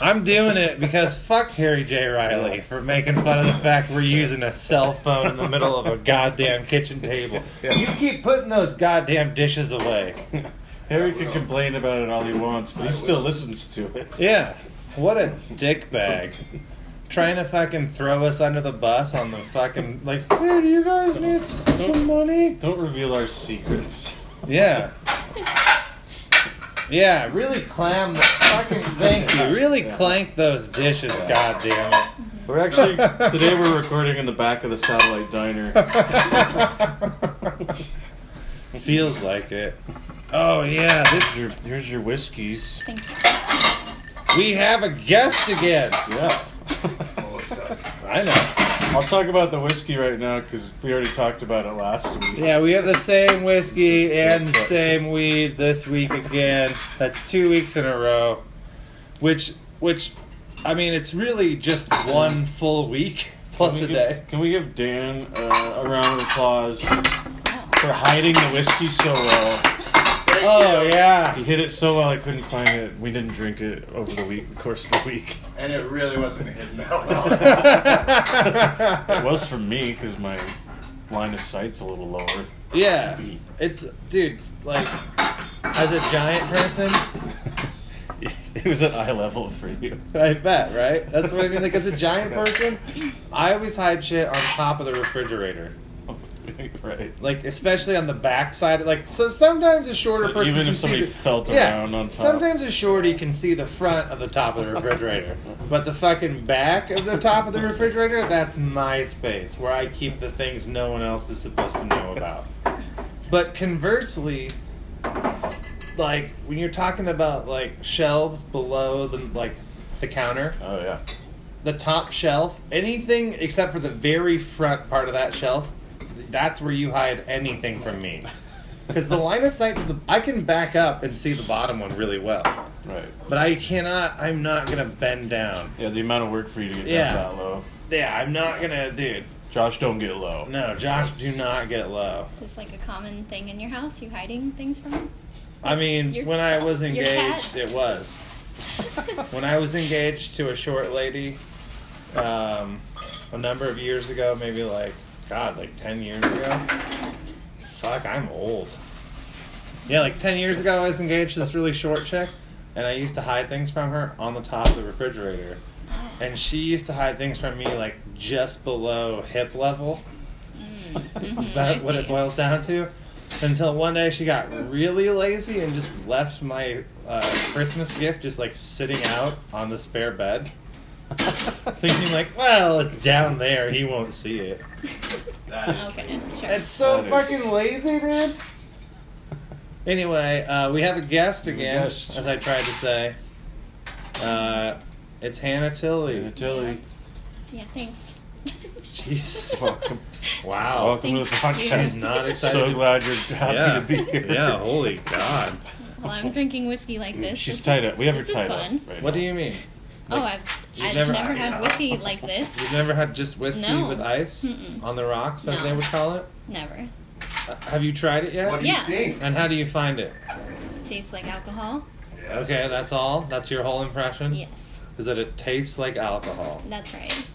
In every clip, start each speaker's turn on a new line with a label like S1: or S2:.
S1: I'm doing it because fuck Harry J. Riley for making fun of the fact we're using a cell phone in the middle of a goddamn kitchen table.
S2: Yeah.
S1: You keep putting those goddamn dishes away.
S2: Harry
S3: I
S2: can
S3: will.
S2: complain about it all he wants, but
S3: I
S2: he still
S3: will.
S2: listens to it.
S1: Yeah. What a dickbag. Trying to fucking throw us under the bus on the fucking like, hey, do you guys need some money?
S2: Don't reveal our secrets.
S1: Yeah. Yeah, really clam the fucking thank you. Really clank those dishes, goddamn it.
S2: We're actually today we're recording in the back of the satellite diner.
S1: Feels like it. Oh yeah, this
S2: Your, here's your whiskeys.
S4: Thank you.
S1: we have a guest again.
S2: Yeah.
S3: Almost done.
S1: I know.
S2: I'll talk about the whiskey right now because we already talked about it last week.
S1: Yeah, we have the same whiskey and the same weed this week again. That's two weeks in a row. Which which I mean it's really just one full week plus
S2: Can
S1: a
S2: we
S1: day.
S2: give- Can we give Dan uh, a round of applause for hiding the whiskey so well?
S3: Thank
S1: Oh
S3: you.
S1: yeah.
S2: He hid it so well I couldn't find it. We didn't drink it over the week, the course of the week.
S3: And it really wasn't hidden that well.
S2: it
S1: it
S2: was for me because my line of sight's a little lower.
S1: Yeah. It's dude, it's like as a giant person,
S2: it was at eye level for you.
S1: I bet, right? That's what I mean. Like as a giant person, I always hide shit on top of the refrigerator.
S2: right.
S1: Like especially on the back side. Like so sometimes a shorter
S2: So
S1: person
S2: even
S1: can
S2: if somebody
S1: see the,
S2: felt around on top.
S1: Sometimes a shorty can see the front of the top of the refrigerator. but the fucking back of the top of the refrigerator, that's my space where I keep the things no one else is supposed to know about. But conversely, like when you're talking about like shelves below the like the counter,
S2: Oh yeah.
S1: the top shelf, anything except for the very front part of that shelf, that's where you hide anything from me. Because the line of sight, to the, I can back up and see the bottom one really well,
S2: Right.
S1: but I cannot. I'm not gonna bend down.
S2: Yeah, the amount of work for you to get
S1: Yeah.
S2: down that low.
S1: Yeah, I'm not gonna, dude.
S2: Josh, don't get low.
S1: No, Josh, do not get low.
S4: Is this like a common thing in your house? You hiding things from him?
S1: I mean,
S4: Your-
S1: when I was
S4: your
S1: engaged,
S4: cat?
S1: it was. when I was engaged to a short lady, um, a number of years ago, maybe like God, like ten years ago. Fuck, I'm old. Yeah, like ten years ago, I was engaged to this really short chick, and I used to hide things from her on the top of the refrigerator,
S4: Oh, mm,
S1: and she used to hide things from me like just below hip level. That's
S4: Mhm, I
S1: about what
S4: see.
S1: it boils down to. Until one day she got really lazy and just left my uh, Christmas gift just like sitting out on the spare bed, thinking like, well, it's down there, he won't see it.
S3: That is
S4: Okay, sure.
S1: It's so
S2: That is-
S1: fucking lazy, dude. Anyway, uh, we have a guest again,
S2: guest.
S1: as I tried to say. Uh, it's Hannah Tilly.
S2: Tilly.
S4: yeah, thanks.
S1: Jeez.
S2: Welcome.
S1: Wow.
S2: Welcome to the
S4: Thank you.
S2: podcast.
S4: She's
S1: not excited
S2: So
S1: to-
S2: glad you're happy
S1: Yeah.
S2: to be here.
S1: Yeah, holy God.
S4: Well, I'm drinking whiskey like this.
S2: She's
S4: This
S2: tied
S4: is-
S2: up. We have her
S4: this is
S2: tied
S4: fun.
S2: up. Right
S1: What
S2: now.
S1: do you mean?
S4: Oh, I've,
S1: She's
S4: I've
S1: never-
S4: never, had whiskey like this.
S1: You've never had just whiskey
S4: No.
S1: with ice
S4: Mm-mm.
S1: on the rocks, as
S4: No.
S1: they would call it.
S4: Never.
S1: Uh, have you tried it yet?
S3: What do
S4: Yeah.
S3: you think?
S1: and how do you find it?
S4: Tastes like alcohol.
S3: Yeah.
S1: Okay, that's all. That's your whole impression.
S4: Yes,
S1: Is that it tastes like alcohol?
S4: that's right.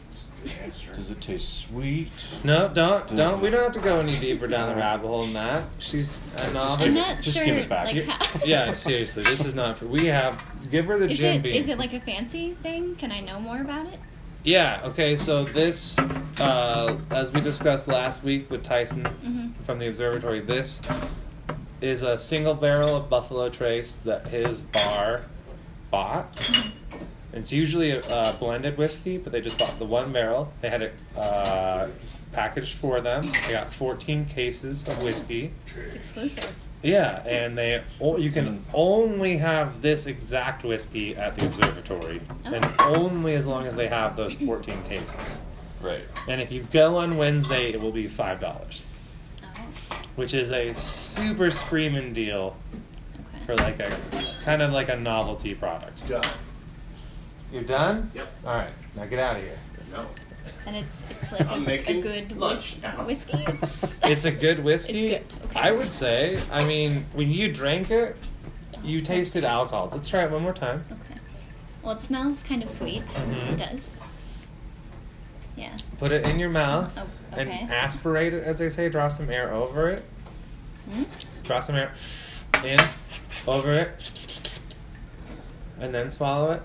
S3: Good answer.
S2: Does it taste sweet?
S1: No, don't,
S2: Does
S1: don't. We
S2: it-
S1: don't have to go any deeper down the rabbit hole than that. She's a
S4: I'm
S1: novice.
S2: give it-
S4: not
S2: just
S4: sure.
S2: give it back.
S4: Like,
S1: You-
S4: how...
S1: yeah, seriously, this is not for. We have give her the
S4: Is
S1: gin
S4: it,
S1: bean.
S4: is it like a fancy thing? Can I know more about it?
S1: yeah. Okay. So this, uh, as we discussed last week with Tyson
S4: Mm-hmm.
S1: from the observatory, this is a single barrel of Buffalo Trace that his bar bought. It's usually a, uh blended whiskey, but they just bought the one barrel. They had it uh, packaged for them. They got 14 cases of whiskey.
S4: It's exclusive.
S1: Yeah, and they o- you can only have this exact whiskey at the observatory,
S4: Oh.
S1: and only as long as they have those 14 cases.
S2: Right.
S1: And if you go on Wednesday, it will be five dollars
S4: Oh,
S1: which is a super screaming deal
S4: Oh, okay.
S1: for like a kind of like a novelty product.
S3: Done.
S1: You're done?
S3: Yep.
S1: All right, now get out of here.
S3: No.
S4: And it's it's like
S3: I'm
S4: a, a
S3: making
S4: good
S3: lunch
S4: whis-
S3: now.
S4: whiskey.
S1: It's a good whiskey.
S4: It's good, okay.
S1: I would say. I mean, when you drank it, you tasted alcohol. Let's try it one more time.
S4: Okay. Well, it smells kind of sweet.
S1: Mhm.
S4: It does. Yeah.
S1: Put it in your mouth
S4: Oh, okay.
S1: and aspirate it, as they say. Draw some air over it.
S4: Mm?
S1: Draw some air in, over it, and then swallow it.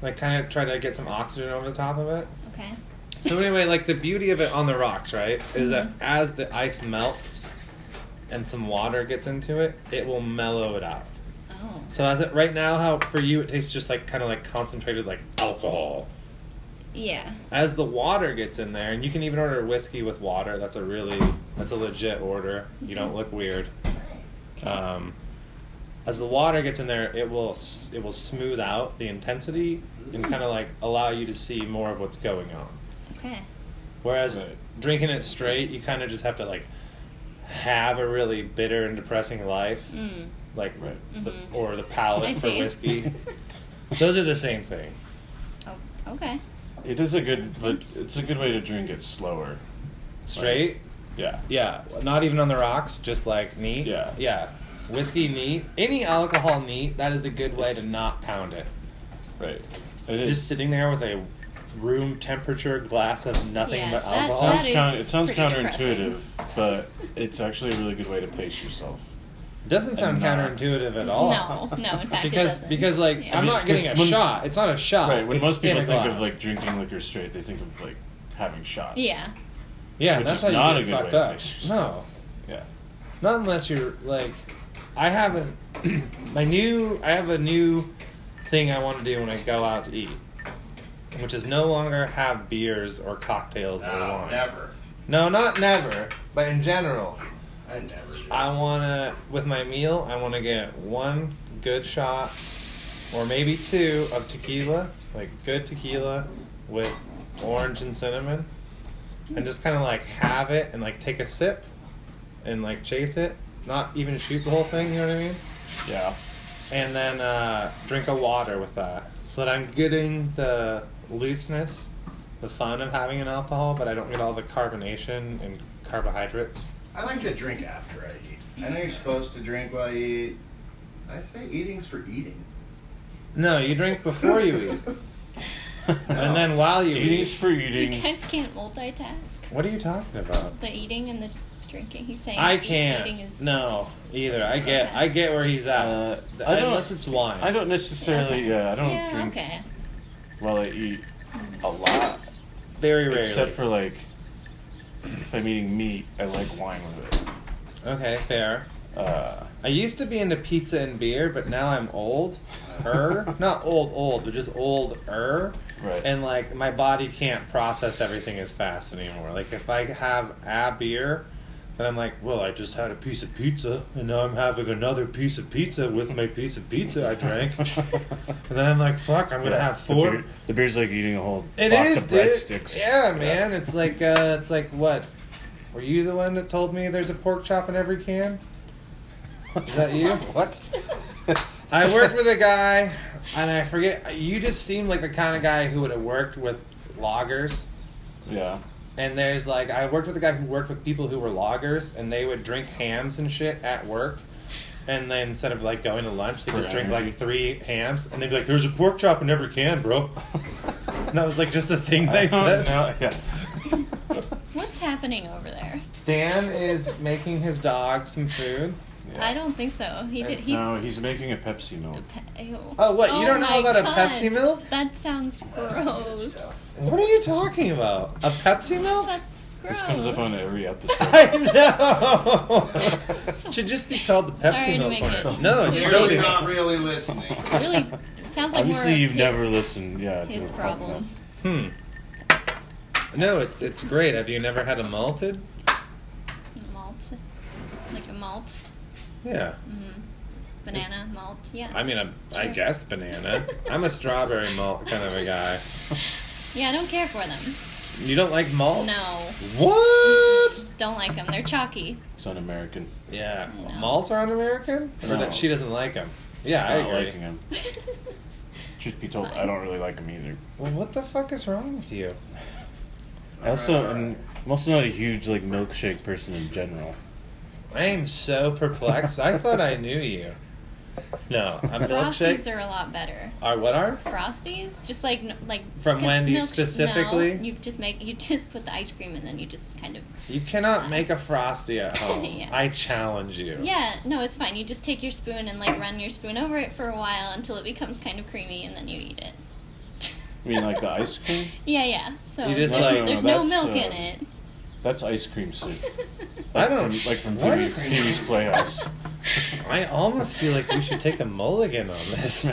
S1: Like, kind of try to get some oxygen over the top of it.
S4: Okay.
S1: So anyway, like the beauty of it on the rocks, right, is
S4: Mm-hmm.
S1: that as the ice melts and some water gets into it, it will mellow it out.
S4: Oh.
S1: So as it right now, how for you it tastes just like kind of like concentrated like alcohol.
S4: Yeah.
S1: As the water gets in there, and you can even order whiskey with water. That's a really that's a legit order. You don't look weird. Um, as the water gets in there, it will s- it will smooth out the intensity and kind of like allow you to see more of what's going on.
S4: Okay.
S1: Whereas drinking it straight, you kind of just have to like have a really bitter and depressing life,
S4: Mm.
S1: like the,
S4: Mhm.
S1: or the
S4: I
S1: palate for
S4: see.
S1: whiskey. Those are the same thing.
S4: Oh, okay.
S2: It is a good, but it's a good way to drink it slower.
S1: Straight,
S2: Yeah.
S1: yeah, not even on the rocks, just like neat.
S2: Yeah.
S1: yeah. Whiskey neat, any alcohol neat. That is a good way to not pound it.
S2: Right. It is.
S1: Just sitting there with a room temperature glass of nothing
S4: Yeah,
S1: but
S4: that's-
S2: It
S1: alcohol.
S2: sounds,
S4: That is
S2: coun- it sounds
S4: pretty
S2: counterintuitive,
S4: depressing.
S2: but it's actually a really good way to pace yourself.
S1: Doesn't sound
S2: No.
S1: counterintuitive at all.
S4: No, no, in fact, it
S1: Because
S4: doesn't.
S1: because like
S4: Yeah.
S1: I'm
S2: mean,
S1: not getting a
S2: because when-
S1: shot. It's not a shot.
S2: Right. When
S1: It's
S2: most
S1: in
S2: people
S1: a
S2: think of
S1: glass.
S2: like drinking liquor straight, they think of like having shots.
S4: Yeah.
S1: Yeah,
S2: Which
S1: that's
S2: is
S1: how you
S2: not
S1: get
S2: a good
S1: fucked
S2: way to
S1: up.
S2: face yourself.
S1: No,
S2: Yeah.
S1: not unless you're like, I haven't. my new, I have a new thing I want to do when I go out to eat, which is no longer have beers or cocktails or
S3: No,
S1: wine.
S3: never.
S1: No, not never, but in general,
S3: I never. do.
S1: I wanna with my meal, I want to get one good shot, or maybe two of tequila, like good tequila with orange and cinnamon, and just kind of like have it and like take a sip, and like chase it, not even shoot the whole thing. You know what I mean?
S2: Yeah.
S1: And then uh, drink a water with that, so that I'm getting the looseness, the fun of having an alcohol, but I don't get all the carbonation and carbohydrates.
S3: I like to drink after I eat. I know you're supposed to drink while you eat. I say eating's for eating.
S1: No, you drink before you eat.
S3: No.
S1: And then while you
S2: Eating's
S1: eat,
S2: for
S4: You
S2: eating.
S4: guys can't multitask.
S1: what are you talking about?
S4: The eating and the drinking. He's saying
S1: I
S4: eat- eating
S1: can't.
S4: is
S1: No, either. I get.
S4: Okay.
S1: I get where he's at.
S2: Uh,
S1: Th-
S2: I don't-
S1: unless it's wine.
S2: I don't necessarily. Yeah. I don't
S4: yeah,
S2: drink
S4: okay.
S2: while I eat a lot,
S1: Very rarely.
S2: except for like if I'm eating meat, I like wine with it.
S1: Okay, fair.
S2: Uh,
S1: I used to be into pizza and beer, but now I'm old. Er, not old, old, but just old. Er,
S2: Right.
S1: And like my body can't process everything as fast anymore. Like if I have a beer, then I'm like, well, I just had a piece of pizza, and now I'm having another piece of pizza with my piece of pizza I drank. And then I'm like, fuck, I'm gonna
S2: Yeah,
S1: have
S2: the
S1: four.
S2: beer- the beer's like eating a whole
S1: It
S2: box
S1: is,
S2: of
S1: dude.
S2: breadsticks.
S1: Yeah, man. It's like, uh, it's like what? Were you the one that told me there's a pork chop in every can? uh, Is that you?
S2: What?
S1: I worked with a guy, and I forget. You just seemed like the kind of guy who would have worked with loggers.
S2: Yeah.
S1: And there's like, I worked with a guy who worked with people who were loggers, and they would drink hams and shit at work. And then instead of like going to lunch, they
S2: For
S1: just drink
S2: energy.
S1: like three hams, and they'd be like, "There's a pork chop in every can, bro." And that was like just a thing they said.
S2: No, yeah.
S4: What's happening over there?
S1: Dan is making his dog some food.
S2: Yeah.
S4: I don't think so. He did. He's
S2: no, he's making a Pepsi milk.
S4: Pe- ew.
S1: Oh, what, you don't know
S4: my
S1: about a Pepsi milk?
S4: That sounds gross.
S1: What are you talking about? A Pepsi milk?
S4: That's gross.
S2: This comes up on every episode.
S1: I know. It Should just be called the Pepsi
S4: Sorry to
S1: milk
S4: make
S1: one.
S4: it-
S1: No, it's
S3: You're
S1: totally
S4: really
S3: really not really listening.
S4: Really sounds like
S2: Obviously,
S4: we're
S2: you've
S4: his,
S2: never listened. Yeah. to
S4: his
S2: a podcast.
S4: problem.
S1: Hmm. No, it's it's great. Have you never had a malted?
S4: Malt, like a malt, Mm-hmm.
S1: Yeah.
S4: banana malt. Yeah.
S1: I mean, i I
S4: Sure.
S1: guess banana. I'm a strawberry malt kind of a guy.
S4: yeah, I don't care for them.
S1: You don't like malts?
S4: No,
S1: What?
S4: don't like them. They're chalky.
S2: It's un-American.
S1: Yeah.
S4: No.
S1: Malts are un-American? Or
S2: No.
S1: that she doesn't like them? Yeah, I
S2: Not
S1: agree.
S2: liking him. Truth be told, I don't really like him either.
S1: Well, what the fuck is wrong with you?
S2: I also, I'm, I'm also not a huge like milkshake person in general.
S1: I am so perplexed. I thought I knew you. No, a
S4: Frosties
S1: milkshake.
S4: are a lot better.
S1: Are what are?
S4: Frosties, just like n- like
S1: From
S4: 'cause
S1: Wendy's
S4: milksh-
S1: specifically?
S4: No, you just make you just put the ice cream and then you just kind of
S1: You cannot make a frosty at home.
S4: Yeah.
S1: I challenge you.
S4: yeah no it's fine. You just take your spoon and like run your spoon over it for a while until it becomes kind of creamy and then you eat it.
S2: You mean like the ice cream?
S4: Yeah yeah. So
S1: You just,
S4: there's,
S1: like-
S4: there's
S2: No,
S4: no
S2: no, that's,
S4: milk in
S2: uh,
S4: it.
S2: That's ice cream soup.
S1: I
S2: Like
S1: don't
S2: from, like from
S1: what
S2: Pee
S1: uh, is-
S2: Wee's Playhouse.
S1: I almost feel like we should take a mulligan on this.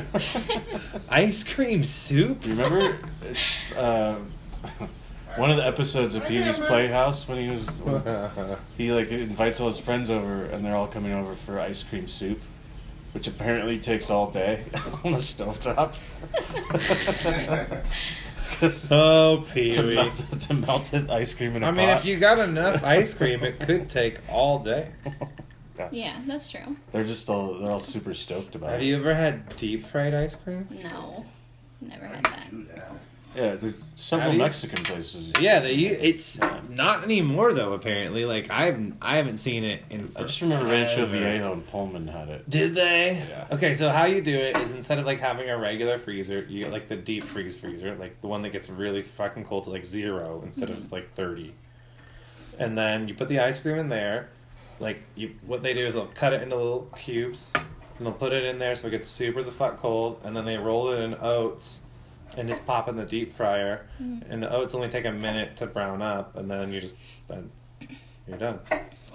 S1: Ice cream soup?
S2: You remember it's uh, one of the episodes of Pee Wee's Playhouse when he was he like invites all his friends over and they're all coming over for ice cream soup, which apparently takes all day on the stovetop.
S1: oh, Pee
S2: to,
S1: Wee.
S2: melt, to melt his ice cream in a
S1: I mean,
S2: pot.
S1: if you got enough ice cream, it could take all day.
S2: Yeah.
S4: Yeah, that's true.
S2: They're just all they're all super stoked about
S1: Have
S2: it.
S1: you ever had deep fried ice cream?
S4: No, never had that.
S3: Do that.
S2: Yeah, there's several
S1: Have you?
S2: Mexican places.
S1: Yeah, they, it's not anymore though. Apparently, like I've I haven't seen it in.
S2: I just remember Rancho
S1: forever.
S2: Viejo and Pullman had it.
S1: Did they?
S2: Yeah.
S1: Okay, so how you do it is instead of like having a regular freezer, you get like the deep freeze freezer, like the one that gets really fucking cold to like zero instead of like thirty. And then you put the ice cream in there. Like you, what they do is they'll cut it into little cubes, and they'll put it in there so it gets super the fuck cold, and then they roll it in oats, and just pop in the deep fryer. And the oats only take a minute to brown up, and then you just then you're done.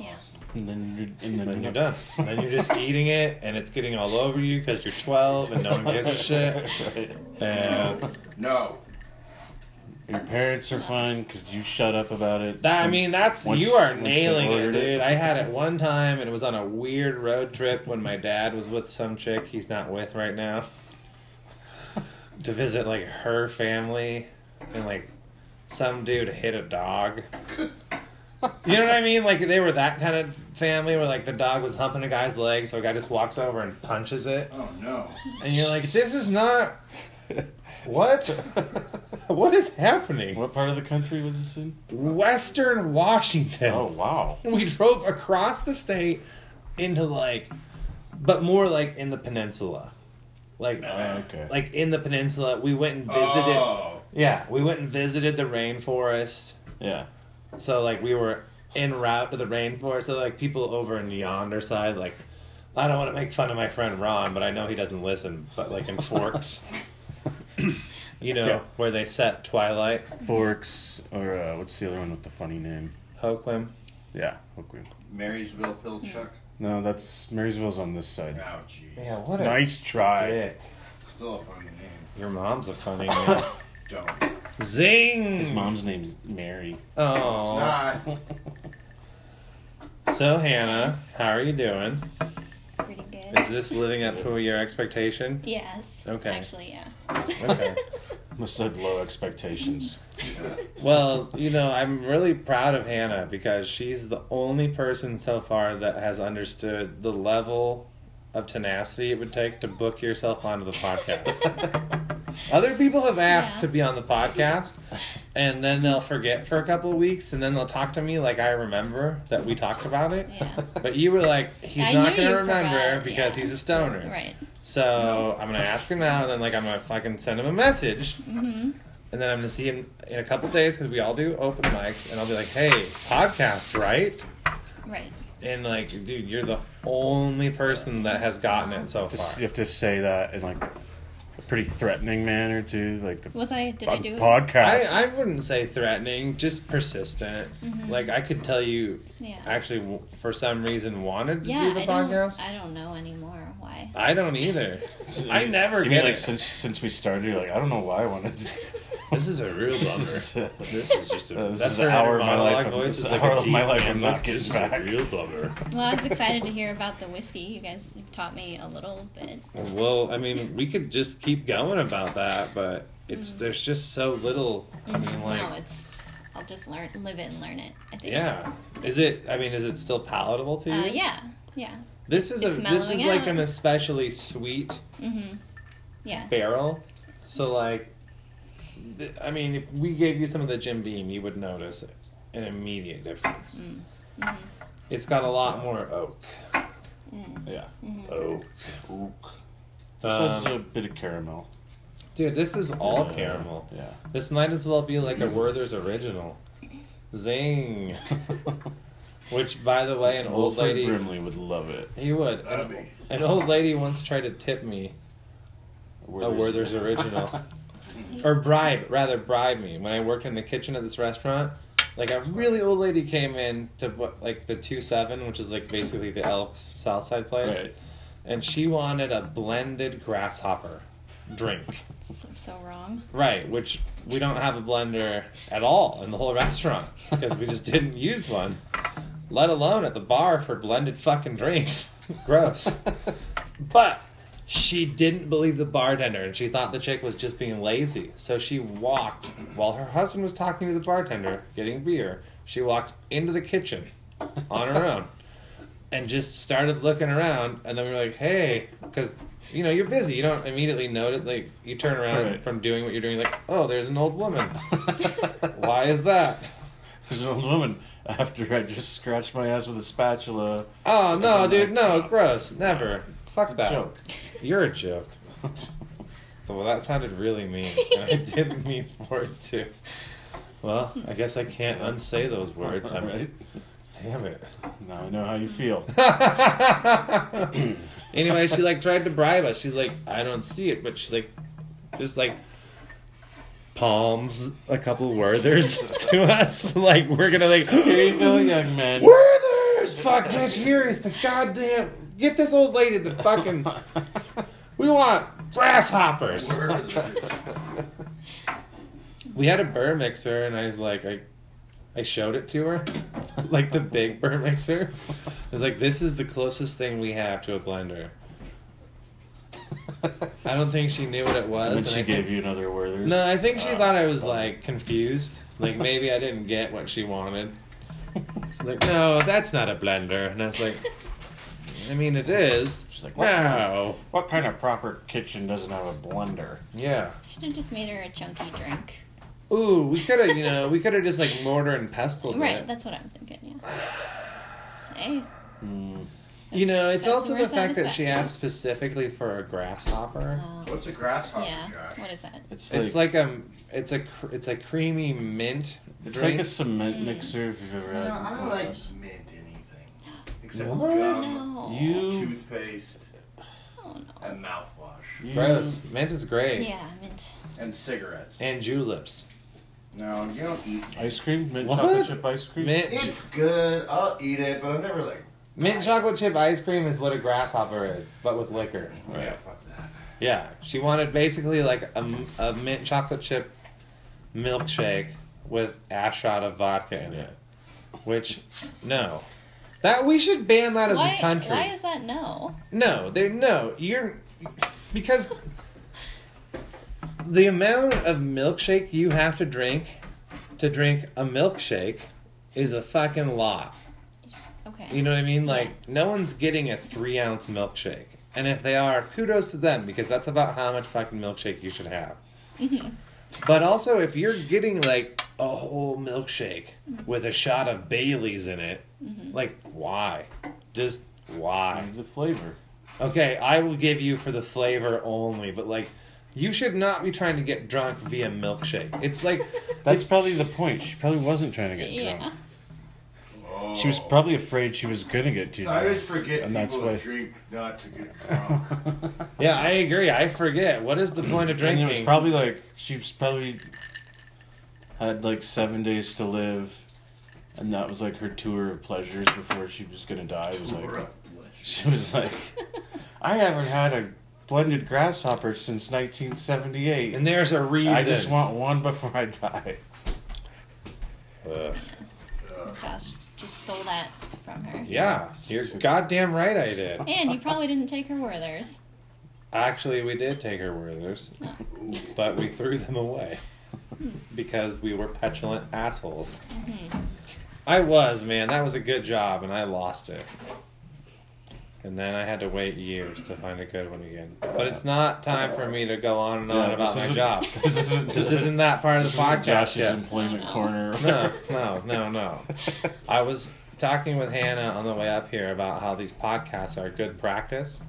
S4: Yeah.
S2: And then you're, and then,
S1: Then you're done. then you're just eating it, and it's getting all over you because you're 12 and no one gives a shit.
S2: Right.
S1: And
S3: No.
S2: Uh, Your parents are fine because you shut up about it.
S1: that, I mean, that's
S2: Once-
S1: you are
S2: once they
S1: nailing it,
S2: ordered
S1: dude. I had it one time, and it was on a weird road trip when my dad was with some chick he's not with right now to visit like her family, and like some dude hit a dog. You know what I mean? Like they were that kind of family where like the dog was humping a guy's leg, so a guy just walks over and punches it.
S3: Oh no.
S1: and you're like, this is not what? what is happening?
S2: What part of the country was this in?
S1: Western Washington.
S2: Oh wow!
S1: We drove across the state into like, but more like in the peninsula, like
S2: Oh, okay.
S1: like in the peninsula. We went and visited.
S3: Oh.
S1: Yeah, we went and visited the rainforest.
S2: Yeah.
S1: So like we were en route to the rainforest. So like people over in yonder side, like I don't want to make fun of my friend Ron, but I know he doesn't listen. But like in Forks, you know
S2: Yeah.
S1: where they set Twilight,
S2: Forks or uh, what's the other one with the funny name?
S1: Hoquim.
S2: Yeah, Oakwood.
S3: Marysville Pilchuck.
S2: No, that's Marysville's on this side.
S3: Oh jeez.
S1: Yeah, what a
S2: Nice try.
S1: dick.
S3: Still a funny name.
S1: Your mom's a funny name.
S3: Don't.
S1: Zing.
S2: His mom's name's Mary.
S1: Oh.
S3: It's not.
S1: So Hannah, how are you doing?
S4: Pretty good.
S1: Is this living up to your expectation?
S4: yes.
S1: Okay.
S4: Actually, yeah.
S1: Okay.
S2: Must have had low expectations.
S1: Well, you know, I'm really proud of Hannah because she's the only person so far that has understood the level of tenacity it would take to book yourself onto the podcast. Other people have asked
S4: Yeah.
S1: to be on the podcast, and then they'll forget for a couple of weeks, and then they'll talk to me like I remember that we talked about it.
S4: yeah.
S1: But you were like, he's
S4: I
S1: not going
S4: knew
S1: to
S4: you
S1: remember
S4: forgot,
S1: because
S4: yeah.
S1: he's a stoner.
S4: Right.
S1: So I'm gonna ask him now, and then like I'm gonna fucking send him a message,
S4: Mm-hmm.
S1: and then I'm gonna see him in a couple days because we all do open mics, and I'll be like, "Hey, podcast, right?"
S4: Right.
S1: And like, dude, you're the only person that has gotten it so
S2: Just,
S1: far.
S2: you have to say that in like a pretty threatening manner too, like the
S4: Was I? Did I
S2: pod-
S4: do it?
S2: podcast.
S1: I, I wouldn't say threatening, just persistent.
S4: Mm-hmm.
S1: Like I could tell you,
S4: Yeah.
S1: actually, w- for some reason, wanted to
S4: yeah.
S1: do the
S4: I
S1: podcast.
S4: don't. I don't know anymore why.
S1: I don't either. I never
S2: You
S1: get
S2: mean like
S1: it.
S2: since since we started? You're like I don't know why I wanted. To,
S1: This is a real bummer.
S2: this is uh,
S1: This is just a,
S2: Uh, this
S1: that's
S2: is an
S1: her
S2: hour
S1: inner
S2: of my
S1: monologue
S2: life I'm-
S1: voice
S2: this
S1: is
S2: is
S1: like
S2: hour
S1: a
S2: of my
S1: deep
S2: life I'm
S1: man's
S2: not getting
S1: this is a
S2: back.
S1: real bummer.
S4: Well, I was excited to hear about the whiskey. You guys have taught me a little bit.
S1: well, I mean, we could just keep going about that, but it's there's just so little. I mean,
S4: Mhm.
S1: like,
S4: no, it's. I'll just learn, live it and learn it. I think.
S1: yeah. Is it? I mean, is it still palatable to you?
S4: Uh, yeah. Yeah.
S1: This is a
S4: It's
S1: this is
S4: mellowing
S1: like
S4: out.
S1: an especially sweet
S4: Mm-hmm. Yeah.
S1: barrel, so like, th- I mean, if we gave you some of the Jim Beam, you would notice an immediate difference.
S4: Mm. Mm-hmm.
S1: It's got a lot more oak.
S2: Yeah.
S1: Oh.
S2: Oak. This
S1: Um,
S2: has a bit of caramel.
S1: Dude, this is all
S2: Yeah,
S1: caramel.
S2: Yeah.
S1: This might as well be like a Werther's original. Zing. Which, by the way, an old
S2: Wilfred
S1: lady.
S2: Brimley would love it.
S1: He would.
S3: That'd
S1: An,
S3: be-
S1: an old lady once tried to tip me,
S2: Werther's-
S1: Werther's Oh, original. or bribe, rather bribe me, when I worked in the kitchen at this restaurant. Like a really old lady came in to bu- like the two seven, which is like basically the Elks Southside place,
S2: Right.
S1: and she wanted a blended grasshopper drink.
S4: So, so wrong.
S1: Right, which we don't have a blender at all in the whole restaurant because we just didn't use one, let alone at the bar for blended fucking drinks. Gross. but she didn't believe the bartender and she thought the chick was just being lazy. So she walked while her husband was talking to the bartender, getting beer. She walked into the kitchen on her own and just started looking around. And then we were like, hey, because. You know, you're busy. You don't immediately notice. Like, you turn around
S2: Right.
S1: from doing what you're doing, like, oh, there's an old woman. Why is that?
S2: There's an old woman after I just scratched my ass with a spatula.
S1: Oh, no,
S2: I'm
S1: dude,
S2: like,
S1: no, gross. Never. Fuck that.
S2: Joke.
S1: You're a joke. So, well, that sounded really mean. And I didn't mean for it to. Well, I guess I can't unsay those words. I'm
S2: Right?
S1: Damn it.
S2: Now I know how you feel.
S1: anyway, she like tried to bribe us. She's like, I don't see it, but she's like, just like palms a couple Werthers to us. Like we're gonna like
S2: Here you go, young man.
S1: Werthers. Fuck this. Here is the goddamn. Get this old lady the fucking. We want grasshoppers. We had a burr mixer, and I was like, I, I showed it to her, like the big burr mixer. I was like, this is the closest thing we have to a blender. I don't think she knew what it was.
S2: When
S1: and
S2: she
S1: I
S2: gave
S1: think-
S2: you another Werther's.
S1: No, I think she
S2: Oh.
S1: thought I was like confused. Like maybe I didn't get what she wanted. Like no, that's not a blender, and I was like, I mean it is.
S2: She's like, what?
S1: wow,
S2: What kind of proper kitchen doesn't have a blender?
S1: yeah.
S4: Should have just made her a chunky drink.
S1: Ooh, we could have, you know, we could have just like mortar and pestle.
S4: Right,
S1: It.
S4: that's what I'm thinking. Yeah. Say,
S2: Mm.
S1: You know, it's
S4: That's
S1: also
S4: more
S1: the fact that she
S4: satisfactory.
S1: asked specifically for a grasshopper.
S4: uh,
S3: What's a grasshopper,
S4: yeah.
S3: Josh?
S4: What is that?
S2: It's like
S1: It's like a, it's a, cr- it's a creamy mint.
S2: it's
S1: drink.
S2: like a cement mixer if you've ever
S3: Mm. No,
S2: had.
S3: I don't
S2: one of
S3: like
S2: those.
S3: mint anything except
S1: What?
S3: gum,
S4: No.
S2: You,
S3: toothpaste,
S4: Oh no.
S3: and mouthwash,
S2: you
S1: gross. Mint is great.
S4: Yeah, mint.
S3: and cigarettes.
S1: And juleps.
S3: no, you don't eat.
S2: ice cream, mint
S1: What?
S2: chocolate chip ice cream.
S1: Mint,
S3: It's good. I'll eat it, but I'm never like.
S1: mint chocolate chip ice cream is what a grasshopper is, but with liquor.
S3: "Oh,
S2: Right.
S3: Yeah, fuck that.
S1: Yeah, she wanted basically like a, m- a mint chocolate chip milkshake with a shot of vodka in it, which no, that we should ban that as
S4: Why,
S1: a country.
S4: why is that no?
S1: No, they no. You're because the amount of milkshake you have to drink to drink a milkshake is a fucking lot.
S4: Okay.
S1: You know what I mean? Like no one's getting a three ounce milkshake, and if they are, kudos to them because that's about how much fucking milkshake you should have. But also, if you're getting like a whole milkshake with a shot of Bailey's in it, like why? Just why?
S2: The flavor.
S1: Okay, I will give you for the flavor only, but like, you should not be trying to get drunk via milkshake. It's like,
S2: That's probably the point. She probably wasn't trying to get drunk.
S4: yeah.
S3: Oh.
S2: She was probably afraid she was gonna get too drunk.
S3: I always forget
S2: and
S3: people
S2: that's why.
S3: drink not to get drunk.
S1: yeah, I agree. I forget. What is the point of
S2: And
S1: drinking?
S2: it was probably like she was probably had like seven days to live, and that was like her tour of pleasures before she was gonna die. It was
S3: Or
S2: like
S3: a blush.
S2: she was like, I haven't had a blended grasshopper since 1978.
S1: and there's a reason.
S2: I just want one before I die.
S1: Ugh.
S4: Gosh, just stole that from her.
S1: yeah, you're goddamn right. I did.
S4: And you probably didn't take her Werther's.
S1: Actually, we did take her Werthers, but we threw them away because we were petulant assholes.
S4: Mm-hmm.
S1: I was, man. That was a good job, and I lost it. And then I had to wait years to find a good one again. But it's not time for me to go on and on
S2: Yeah,
S1: about
S2: this
S1: my
S2: isn't-
S1: job.
S2: This isn't.
S1: This isn't that part of
S2: this
S1: the
S2: isn't
S1: podcast
S2: Josh's
S1: yet.
S2: employment corner.
S1: No, no, no, no. I was talking with Hannah on the way up here about how these podcasts are good practice,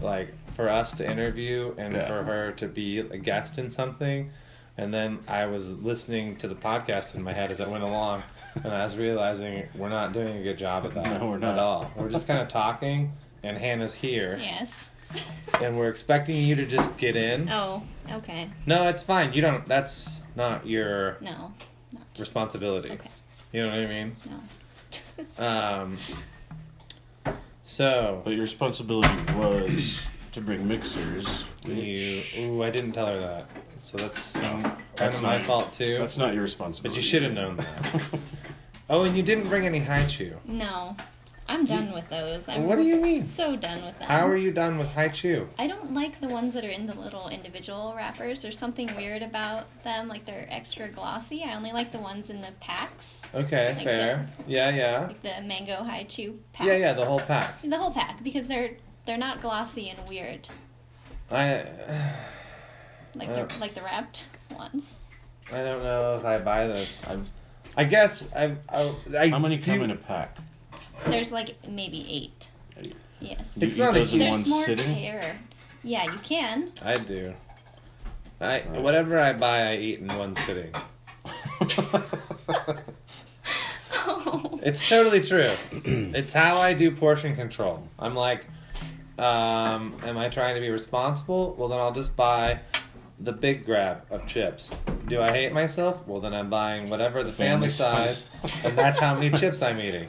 S1: like for us to interview and
S2: Yeah.
S1: for her to be a guest in something. And then I was listening to the podcast in my head as it went along, and I was realizing we're not doing a good job at that
S2: No, we're
S1: at
S2: not.
S1: all. We're just kind of talking, and Hannah's here,
S4: Yes.
S1: and we're expecting you to just get in.
S4: Oh, okay.
S1: No, it's fine. You don't. That's not your
S4: No. Not.
S1: responsibility.
S4: Okay.
S1: You know what I mean?
S4: No.
S1: Um, so
S2: But your responsibility was to bring mixers.
S1: you,
S2: which-
S1: ooh, I didn't tell her that. So that's
S2: No,
S1: kind
S2: that's
S1: of my
S2: not-
S1: fault too.
S2: That's not your responsibility.
S1: but you should have known that. oh, and you didn't bring any haichu.
S4: No. I'm done with those. I'm
S1: What do you mean?
S4: So done with them.
S1: How are you done with haichu?
S4: I don't like the ones that are in the little individual wrappers. There's something weird about them, like they're extra glossy. I only like the ones in the packs,
S1: Okay,
S4: Like
S1: fair. Yeah, yeah,
S4: like the mango high chew packs.
S1: yeah, yeah. The whole pack.
S4: the whole pack because they're they're not glossy and weird
S1: I,
S4: like
S1: Uh.
S4: the like the wrapped ones.
S1: I don't know if I buy this.
S2: I've,
S1: I guess I, I, I
S2: how many
S1: do-
S2: come in a pack?
S4: There's like maybe eight.
S2: Eight.
S4: Yes.
S2: Do you
S1: It's
S2: eat
S1: not a
S2: those in
S4: There's
S2: one
S4: more
S2: sitting?
S4: pear. Yeah, you can.
S1: I do. I whatever I buy, I eat in one sitting.
S4: Oh.
S1: It's totally true. it's how I do portion control. I'm like, um, am I trying to be responsible? Well, then I'll just buy the big grab of chips. Do I hate myself? Well, then I'm buying whatever the family,
S2: family
S1: size,
S2: size.
S1: and that's how many chips I'm eating.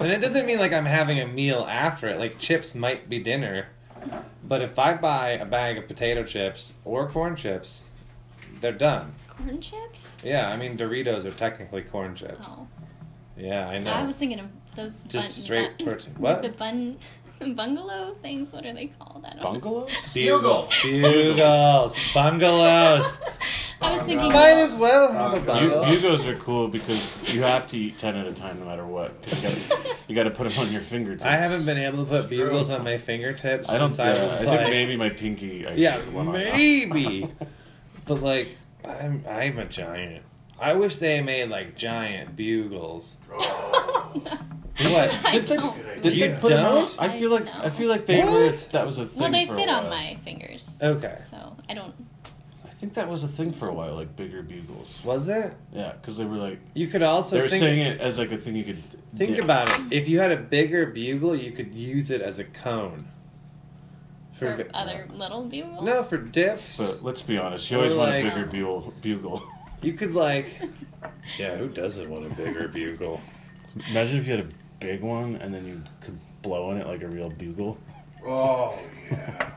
S1: And it doesn't mean like I'm having a meal after it. Like chips might be dinner, but if I buy a bag of potato chips or corn chips, they're done.
S4: Corn chips?
S1: Yeah, I mean Doritos are technically corn chips.
S4: Oh.
S1: Yeah, I know.
S4: I was thinking of those bun-
S1: Just straight
S4: bun-
S1: tortilla. What?
S4: The bun bungalow things, what are they called? I don't
S2: Bungalows?
S3: Bugle.
S1: Bugles. Bungalows.
S4: I was thinking
S1: Might as well have a
S3: Bu-
S2: Bu-
S1: bungalow.
S2: Bugos are cool because you have to eat 10 at a time no matter what. 'cause You gotta, you gotta put them on your fingertips.
S1: I haven't been able to put bugles on my fingertips
S2: I don't
S1: since I
S2: yeah,
S1: was
S2: I
S1: like,
S2: think maybe my pinky. I
S1: yeah,
S2: went on.
S1: maybe. but like, I'm I'm a giant. I wish they made like giant bugles. What?
S4: I
S2: Did they,
S4: don't.
S2: did
S1: You
S2: they put 'em out?
S1: don't?
S2: I feel like
S4: I
S2: I feel like they were.
S1: What?
S2: That was a thing.
S4: Well, they
S2: for a
S4: fit on
S2: while.
S4: my fingers.
S1: Okay.
S4: So I don't.
S2: I think that was a thing for a while, like bigger bugles.
S1: Was it?
S2: Yeah, because they were like
S1: You could also
S2: they were
S1: think,
S2: saying it as like a thing you could
S1: think
S2: dip.
S1: about it. If you had a bigger bugle, you could use it as a cone.
S4: For
S1: vi-
S4: other little bugles?
S1: No, for dips.
S2: But let's be honest, you
S1: Or
S2: always
S1: like-
S2: want a bigger bugle. bugle.
S1: You could like. Yeah, who doesn't want a bigger bugle?
S2: Imagine if you had a big one and then you could blow on it like a real bugle.
S3: Oh yeah.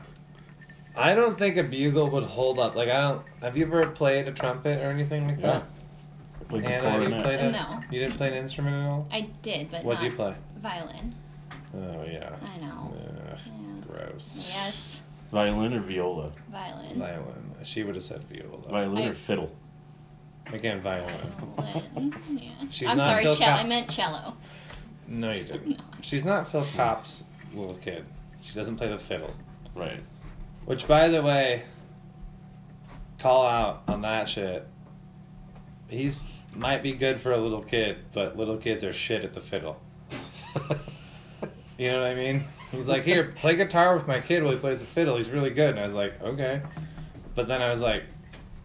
S1: I don't think a bugle would hold up. Like I don't. Have you ever played a trumpet or anything like
S2: Yeah, uh, I
S1: that?
S2: played the
S1: Hannah, you
S2: clarinet.
S1: played a,
S4: No.
S1: You didn't play an instrument at all.
S4: I did, but
S1: What'd
S4: not
S1: you play?
S4: Violin.
S1: Oh yeah.
S4: I know.
S1: Ugh,
S4: Yeah.
S1: gross.
S4: Yes,
S2: Violin or viola?
S4: violin.
S1: Violin. She would have said viola.
S2: Violin
S4: I-
S2: or fiddle?
S1: Again, violin.
S4: Violin. Yeah.
S1: She's
S4: I'm
S1: not
S4: sorry,
S1: Bill
S4: cello.
S1: Cosby.
S4: I meant cello.
S1: No, you didn't. She's not Phil Copp's little kid. She doesn't play the fiddle.
S2: Right.
S1: Which, by the way, call out on that shit. He's might be good for a little kid, but little kids are shit at the fiddle. You know what I mean? He's like, here, play guitar with my kid while he plays the fiddle. He's really good. And I was like, okay. But then I was like,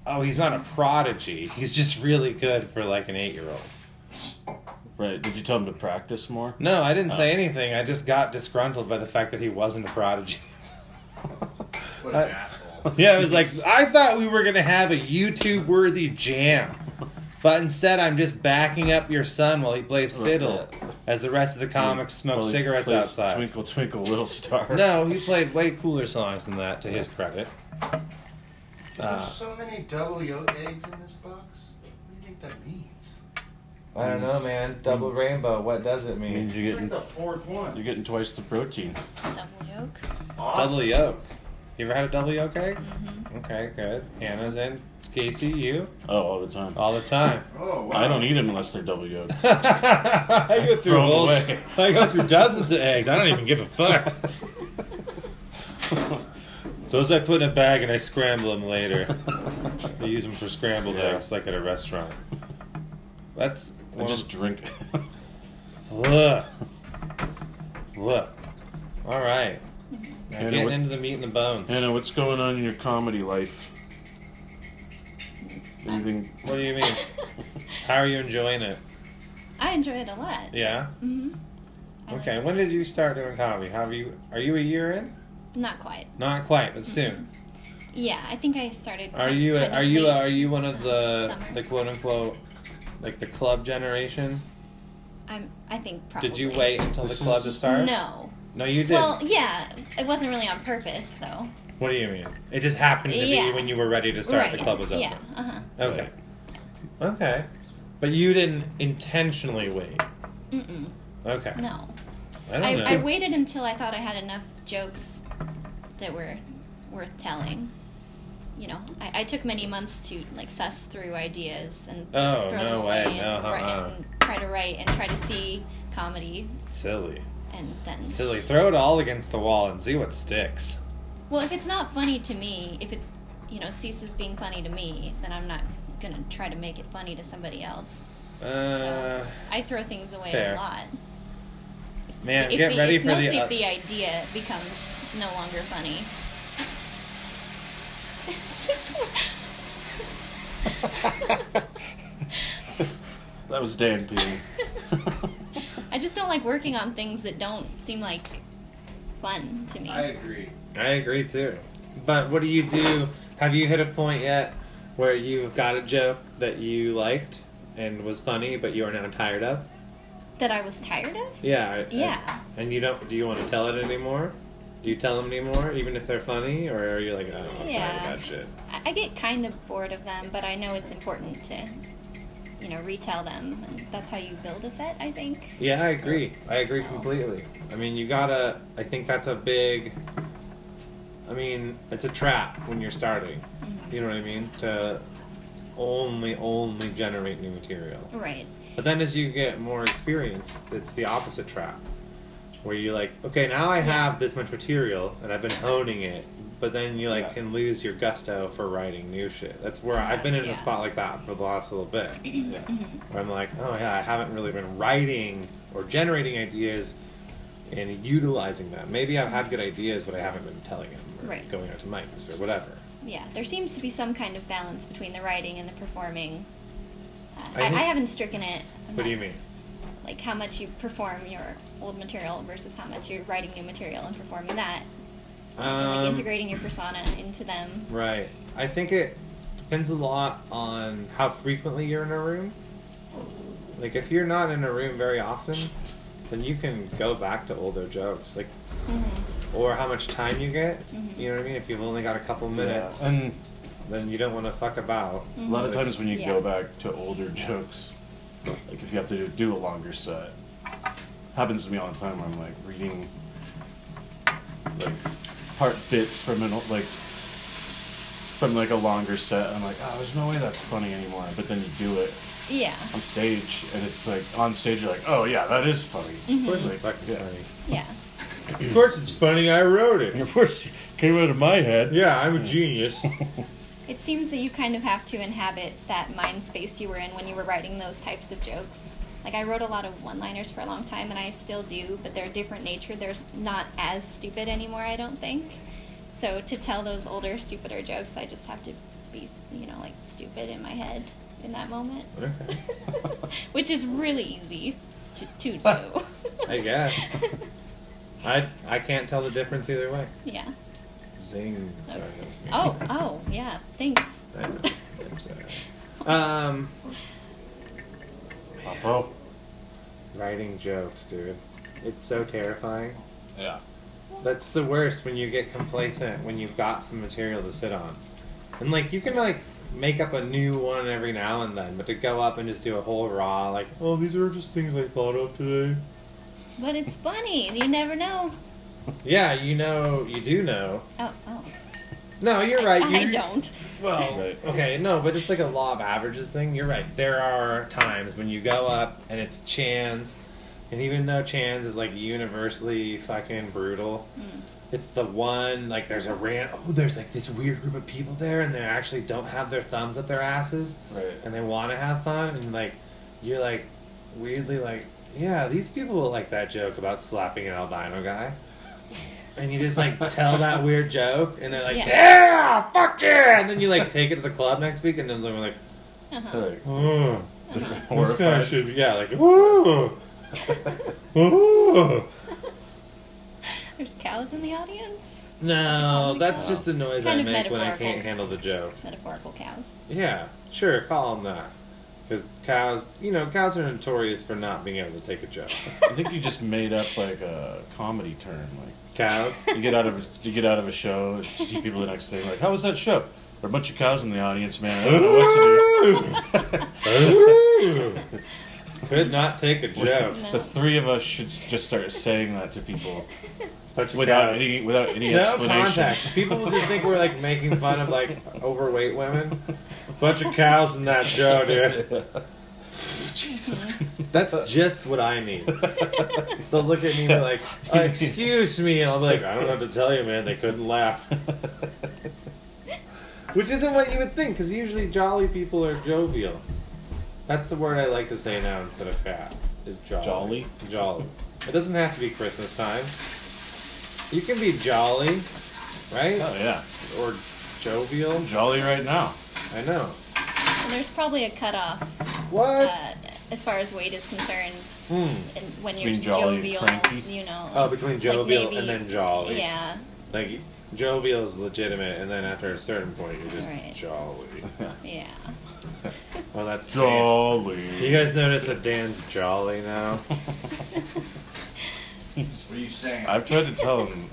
S1: oh, he's not a prodigy. He's just really good for like an eight year old.
S2: Right. Did you tell him to practice more?
S1: No, I didn't say anything. I just got disgruntled by the fact that he wasn't a prodigy.
S3: What
S2: Uh,
S3: an asshole.
S1: Yeah, I was like, I thought we were gonna have a YouTube worthy jam. But instead, I'm just backing up your son while he plays fiddle, as the rest of the comics smoke
S2: Probably
S1: cigarettes
S2: plays
S1: outside.
S2: Twinkle, twinkle, little star.
S1: No, he played way cooler songs than that, to his credit. Uh,
S3: There's so many double yolk eggs in this box. What do you think that means?
S1: I don't know,
S2: mm.
S1: man. Double rainbow. What does it mean?
S2: Means you're
S3: It's
S2: getting
S3: like the fourth
S2: you're
S3: one.
S2: getting twice the protein.
S4: Double yoke.
S1: Double
S3: Awesome.
S1: yolk. You ever had a double yolk egg? Okay, good. Hannah's in. Casey, you
S2: Oh, all the time.
S1: all the time.
S3: Oh wow.
S2: I don't eat them unless they're double yolk.
S1: I go through
S2: throw 'em
S1: whole-
S2: away.
S1: I go through dozens of eggs. I don't even give a fuck. Those I put in a bag and I scramble them later. I use them for scrambled
S2: Yeah.
S1: eggs, like at a restaurant. That's
S2: I
S1: one just
S2: just drink.
S1: Look. Look. All right. Now
S2: Hannah,
S1: getting
S2: what-
S1: into the meat and the bones.
S2: Hannah, what's going on in your comedy life? Anything?
S1: What do you mean? How are you enjoying it?
S4: I enjoy it a lot.
S1: Yeah.
S4: hmm
S1: Okay. When did you start doing comedy? Have you? Are you a year in?
S4: Not quite.
S1: Not quite, but soon.
S4: Yeah, I think I started.
S1: Are
S4: kind-
S1: you?
S4: kind of
S1: Are you?
S4: Mm-hmm. late.
S1: Are you one of
S4: um,
S1: the
S4: summer.
S1: the quote unquote like the club generation?
S4: I'm. I think probably.
S1: Did you wait until
S2: This
S1: the club
S2: is-
S1: to start?
S4: No.
S1: No, you didn't.
S4: Well, yeah, it wasn't really on purpose, so.
S1: what do you mean? It just happened to
S4: Yeah.
S1: be when you were ready to start.
S4: right.
S1: The club was open.
S4: Yeah. Uh huh.
S1: Okay. Okay. But you didn't intentionally wait.
S4: Mm-mm.
S1: Okay.
S4: No.
S1: I don't know.
S4: I, I waited until I thought I had enough jokes that were worth telling. You know, I, I took many months to like suss through ideas and
S1: Oh,
S4: throw
S1: no
S4: them
S1: way,
S4: away and,
S1: no,
S4: write-
S1: uh-uh.
S4: and try to write and try to see comedy
S1: Silly.
S4: and then
S1: Silly. Throw it all against the wall and see what sticks.
S4: Well, if it's not funny to me, if it you know ceases being funny to me, then I'm not gonna try to make it funny to somebody else.
S1: Uh,
S4: I throw things away
S1: Fair.
S4: a lot.
S1: man,
S4: if
S1: get
S4: the,
S1: ready
S4: it's
S1: for
S4: mostly
S1: the.
S4: if the idea becomes no longer funny.
S2: That was Dan peeing.
S4: I just don't like working on things that don't seem like fun to me.
S3: I agree.
S1: I agree too. But what do you do? Have you hit a point yet where you've got a joke that you liked and was funny, but you are now tired of?
S4: that I was tired of?
S1: Yeah. I- I-
S4: Yeah.
S1: and you don't? Do you want to tell it anymore? Do you tell them anymore, even if they're funny, or are you like, oh, I'm tired
S4: Yeah.
S1: of that shit?
S4: I, I get kind of bored of them, but I know it's important to, you know, retell them. And that's how you build a set, I think.
S1: Yeah, I agree. I agree completely. I mean, you gotta. I think that's a big. I mean, it's a trap when you're starting. You know what I mean? To only, only generate new material.
S4: Right.
S1: But then as you get more experience, it's the opposite trap. Where you're like, okay, now I have this much material and I've been honing it, but then you like
S2: Yeah.
S1: can lose your gusto for writing new shit. That's where I've been in a
S4: Yeah.
S1: spot like that for the last little bit.
S2: Yeah.
S1: Where I'm like, oh yeah, I haven't really been writing or generating ideas and utilizing them. Maybe I've had good ideas, but I haven't been telling them or
S4: Right.
S1: going out to mics or whatever.
S4: Yeah. There seems to be some kind of balance between the writing and the performing. Uh,
S1: I
S4: I, I,
S1: think-
S4: haven't stricken it. I'm
S1: What do
S4: not-
S1: you mean?
S4: Like how much you perform your old material versus how much you're writing new material and performing that. and like
S1: Um,
S4: integrating your persona into them.
S1: Right. I think it depends a lot on how frequently you're in a room. Like if you're not in a room very often, then you can go back to older jokes. Like or how much time you get. You know what I mean? If you've only got a couple minutes,
S2: And
S1: then you don't want to fuck about.
S2: a lot of times when you
S4: Yeah.
S2: go back to older jokes, like if you have to do a longer set, happens to me all the time where I'm like reading like part bits from an old, like from like a longer set. I'm like, oh, there's no way that's funny anymore. But then you do it
S4: Yeah.
S2: on stage, and it's like on stage you're like, oh yeah, that is funny.
S1: Of course it's fucking
S2: Yeah.
S1: funny.
S4: Yeah.
S1: Of course it's funny. I wrote
S2: And
S1: it.
S2: of course, it came out of my head.
S1: Yeah, I'm a genius.
S4: It seems that you kind of have to inhabit that mind space you were in when you were writing those types of jokes. Like I wrote a lot of one-liners for a long time, and I still do, but they're a different nature. They're not as stupid anymore, I don't think. So to tell those older, stupider jokes, I just have to be, you know, like stupid in my head in that moment,
S1: Okay.
S4: which is really easy to, to do.
S1: I guess. I I can't tell the difference either way.
S4: yeah.
S1: Zing. Sorry, that was me.
S4: Oh, oh, yeah. Thanks.
S1: I know. I'm sorry. Um.
S2: Oh,
S1: Writing jokes, dude. It's so terrifying.
S2: yeah.
S1: That's the worst when you get complacent when you've got some material to sit on. And like you can like make up a new one every now and then, but to go up and just do a whole raw like, oh these are just things I thought of today.
S4: But it's funny. You never know.
S1: Yeah, you know you do know.
S4: Oh, oh.
S1: No, you're right.
S4: I, I
S1: you-
S4: don't.
S1: Well,
S2: Right.
S1: okay, no, but it's like a law of averages thing. You're right. There are times when you go up and it's Chans, and even though Chans is like universally fucking brutal, it's the one like there's a rant. Oh, there's like this weird group of people there, and they actually don't have their thumbs up their asses,
S2: Right.
S1: and they want to have fun, and like you're like weirdly like yeah, these people will like that joke about slapping an albino guy. And you just like tell that weird joke, and they're like,
S4: Yeah.
S1: yeah. fuck yeah! And then you like take it to the club next week, and then someone like,
S4: Uh-huh.
S2: Like,
S1: oh,
S2: they're
S1: this guy
S2: horrified.
S1: should, yeah, like, ooh, ooh.
S4: There's cows in the audience.
S1: No, that's just the noise
S4: Kind
S1: I
S4: of
S1: make when I can't
S4: metaphorical.
S1: handle the joke.
S4: Metaphorical cows.
S1: Yeah, sure, call them that. Because cows, you know, cows are notorious for not being able to take a joke.
S2: I think you just made up like a comedy term. Like
S1: Cows?
S2: you get out of you get out of a show, you see people the next day, like, how was that show? There are a bunch of cows in the audience, man. I don't know what to do.
S1: Ooh. Could not take a joke.
S4: No.
S2: The three of us should s- just start saying that to people
S1: Bunch of
S2: without
S1: cows.
S2: any without any
S1: no
S2: explanation.
S1: context. People will just think we're like making fun of like overweight women. Bunch of cows in that show, dude.
S2: Jesus.
S1: That's just what I need. They'll look at me and be like, "Uh, "Excuse me," and I'll be like, "I don't know what to tell you, man. They couldn't laugh." Which isn't what you would think, because usually jolly people are jovial. That's the word I like to say now instead of fat. Is jolly.
S2: Jolly?
S1: Jolly. It doesn't have to be Christmas time. You can be jolly, right?
S2: Oh yeah, Mm.
S1: Or jovial.
S2: I'm jolly right now.
S1: I know.
S4: Well, there's probably a cutoff
S1: What?
S4: uh, as far as weight is concerned
S1: hmm.
S4: and when you're
S2: Between jolly and
S4: jovial,
S2: cranky?
S4: you know.
S1: Oh, between jovial
S4: maybe-
S1: and then jolly.
S4: Yeah.
S1: Like jovial is legitimate, and then after a certain point, you're just
S4: Right.
S1: jolly.
S4: Yeah.
S1: Well, that's Dan. You
S2: Jolly.
S1: guys notice that Dan's jolly now.
S3: What are you saying?
S2: I've tried to tell him.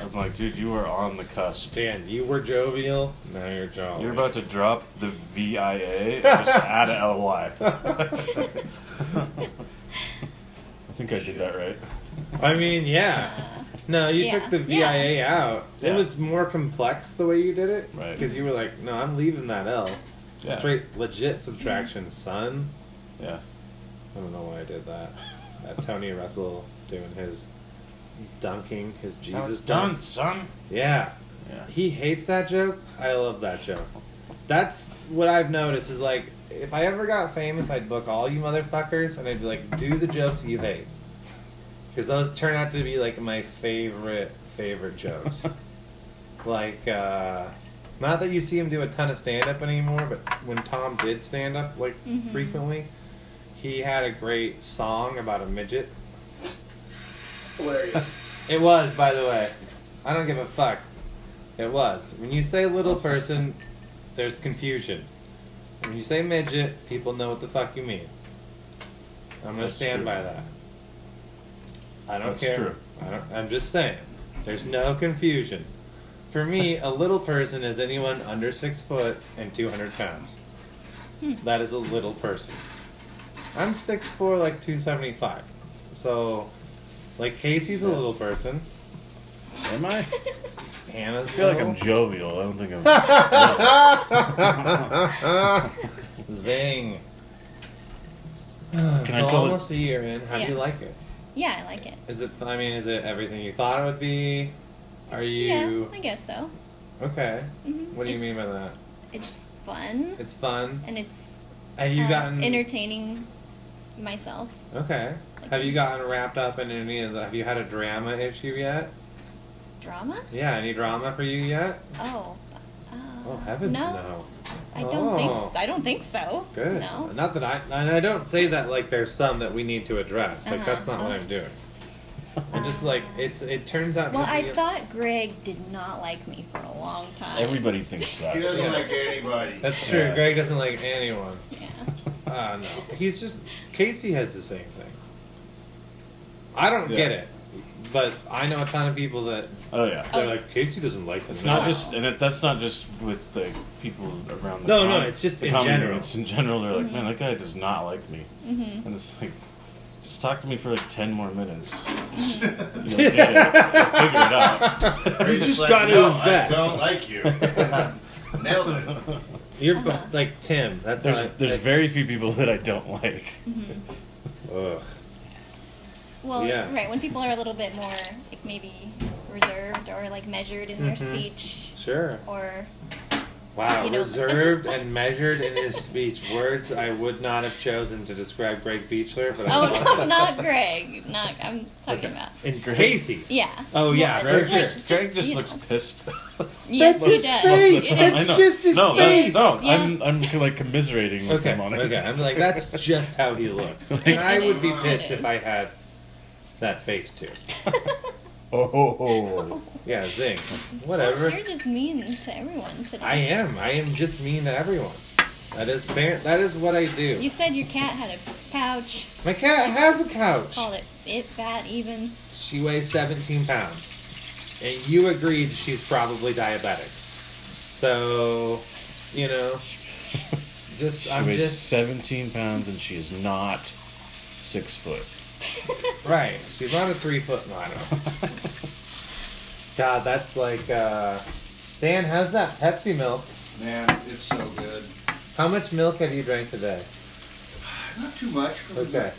S2: I'm like, dude, you are on the cusp.
S1: Dan, you were jovial. Now you're jolly.
S2: You're about to drop the V I A and just add a L Y. I think I did that right.
S1: I mean, yeah.
S4: uh,
S1: No, you
S4: Yeah.
S1: took the
S4: Yeah.
S1: VIA out. It
S2: Yeah.
S1: was more complex the way you did it,
S2: Right.
S1: Because you were like, no, I'm leaving that L.
S2: Yeah.
S1: Straight legit subtraction, son.
S2: Yeah.
S1: I don't know why I did that. That Tony Russell doing his dunking, his
S2: Now it's
S1: Jesus
S2: done,
S1: dunk.
S2: son.
S1: Yeah.
S2: Yeah.
S1: He hates that joke. I love that joke. That's what I've noticed is like if I ever got famous, I'd book all you motherfuckers and I'd be like, do the jokes you hate, because those turn out to be like my favorite favorite jokes. like, uh, not that you see him do a ton of stand up anymore, but when Tom did stand up like
S4: Mhm.
S1: frequently, he had a great song about a midget.
S3: Hilarious.
S1: It was, by the way. I don't give a fuck. It was. When you say little person, there's confusion. When you say midget, people know what the fuck you mean. I'm gonna
S2: That's
S1: stand
S2: true.
S1: by that. I don't
S2: That's
S1: care.
S2: true.
S1: I don't, I'm just saying. There's no confusion. For me, a little person is anyone under six foot and 200 pounds. That is a little person. I'm six four, like 275. So, like Casey's a
S2: Yeah.
S1: little person.
S2: Am I? I
S1: Hannah's.
S2: feel like I'm jovial. I don't think I'm.
S1: Zing.
S2: Can
S1: so
S2: I tell it-
S1: almost a year in. How
S4: Yeah.
S1: do you like it?
S4: Yeah, I like it.
S1: Is it? I mean, is it everything you thought it would be? Are you
S4: Yeah, I guess so.
S1: okay?
S4: Mhm.
S1: What do you mean by that?
S4: It's fun
S1: It's fun.
S4: and it's
S1: Have you
S4: uh,
S1: gotten
S4: entertaining myself.
S1: okay? Have you gotten wrapped up in any of the? Have you had a drama issue yet?
S4: Drama?
S1: Yeah, any drama for you yet?
S4: Oh. Uh,
S1: Oh heavens, no.
S4: I don't think
S1: Oh.
S4: so. I don't think so.
S1: Good.
S4: No.
S1: Not that I, and I don't say that like there's some that we need to address. Like that's not what
S4: Uh-huh.
S1: I'm doing. I'm just like it's. It turns out.
S4: Well,
S1: to
S4: I
S1: be-
S4: thought Greg did not like me for a long time.
S2: Everybody thinks that.
S3: He doesn't
S1: Yeah.
S3: like anybody.
S1: That's true.
S2: Yeah.
S1: Greg doesn't like anyone.
S4: Yeah.
S1: Uh, no. He's just Casey has the same thing. I don't
S2: Yeah.
S1: get it, but I know a ton of people that
S2: Oh yeah.
S1: they're
S4: Oh.
S1: like Casey doesn't like
S2: It's
S1: me."
S2: not just, and it, that's not just with the people around. the
S1: No, no, it's just
S2: the
S1: in
S2: comedy
S1: general.
S2: room. It's in general. They're like, man, that guy does not like me, and it's like, just talk to me for like ten more minutes. You'll get it. You'll figure it out.
S3: Or
S1: You
S3: he's
S1: just
S3: like,
S1: gotta
S3: "No,
S1: invest."
S3: I don't like you. Nailed it.
S1: You're
S4: Uh-huh.
S1: bu- like Tim. That's
S2: There's,
S1: how I-
S2: there's
S1: I-
S2: very few people that I don't like.
S1: Ugh.
S4: Well,
S1: Yeah.
S4: right. When people are a little bit more,
S1: Mm-hmm.
S4: like maybe reserved or like measured in their
S1: Mhm.
S4: speech
S1: Sure.
S4: or
S1: Wow,
S4: You know-
S1: reserved and measured in his speech. Words I would not have chosen to describe Greg Beechler, but I
S4: Oh,
S1: love
S4: no, not Greg. Not I'm talking about.
S1: And Casey.
S4: Yeah.
S1: Oh, yeah,
S4: Well,
S1: Greg
S2: Greg
S4: like,
S1: just-
S2: just, Greg just
S4: you
S2: looks
S4: know.
S2: pissed.
S4: Yes,
S1: That's
S4: he
S1: his
S4: does.
S1: face.
S2: Listen, I
S1: That's
S2: know.
S1: just his
S2: no,
S1: face.
S2: That's, no,
S4: Yeah.
S2: I'm I'm like commiserating with
S1: Okay,
S2: him on it.
S1: okay. I'm like, that's just how he looks. And I would be pissed if I had that face too.
S2: Oh, oh, oh.
S1: Yeah, zing.
S4: Gosh,
S1: Whatever.
S4: You're just mean to everyone today.
S1: I am. I am just mean to everyone. That is fair. That is what I do.
S4: You said your cat had a pouch.
S1: My cat has a pouch.
S4: Called it it fat even.
S1: She weighs 17 pounds. And you agreed she's probably diabetic. So, you know, just,
S2: she
S1: I'm
S2: weighs
S1: just,
S2: 17 pounds and she is not six foot.
S1: right. She's on a three foot model. God, that's like, uh, Dan, how's that Pepsi milk?
S3: Man, it's so good.
S1: How much milk have you drank today?
S3: Not too much.
S1: Okay.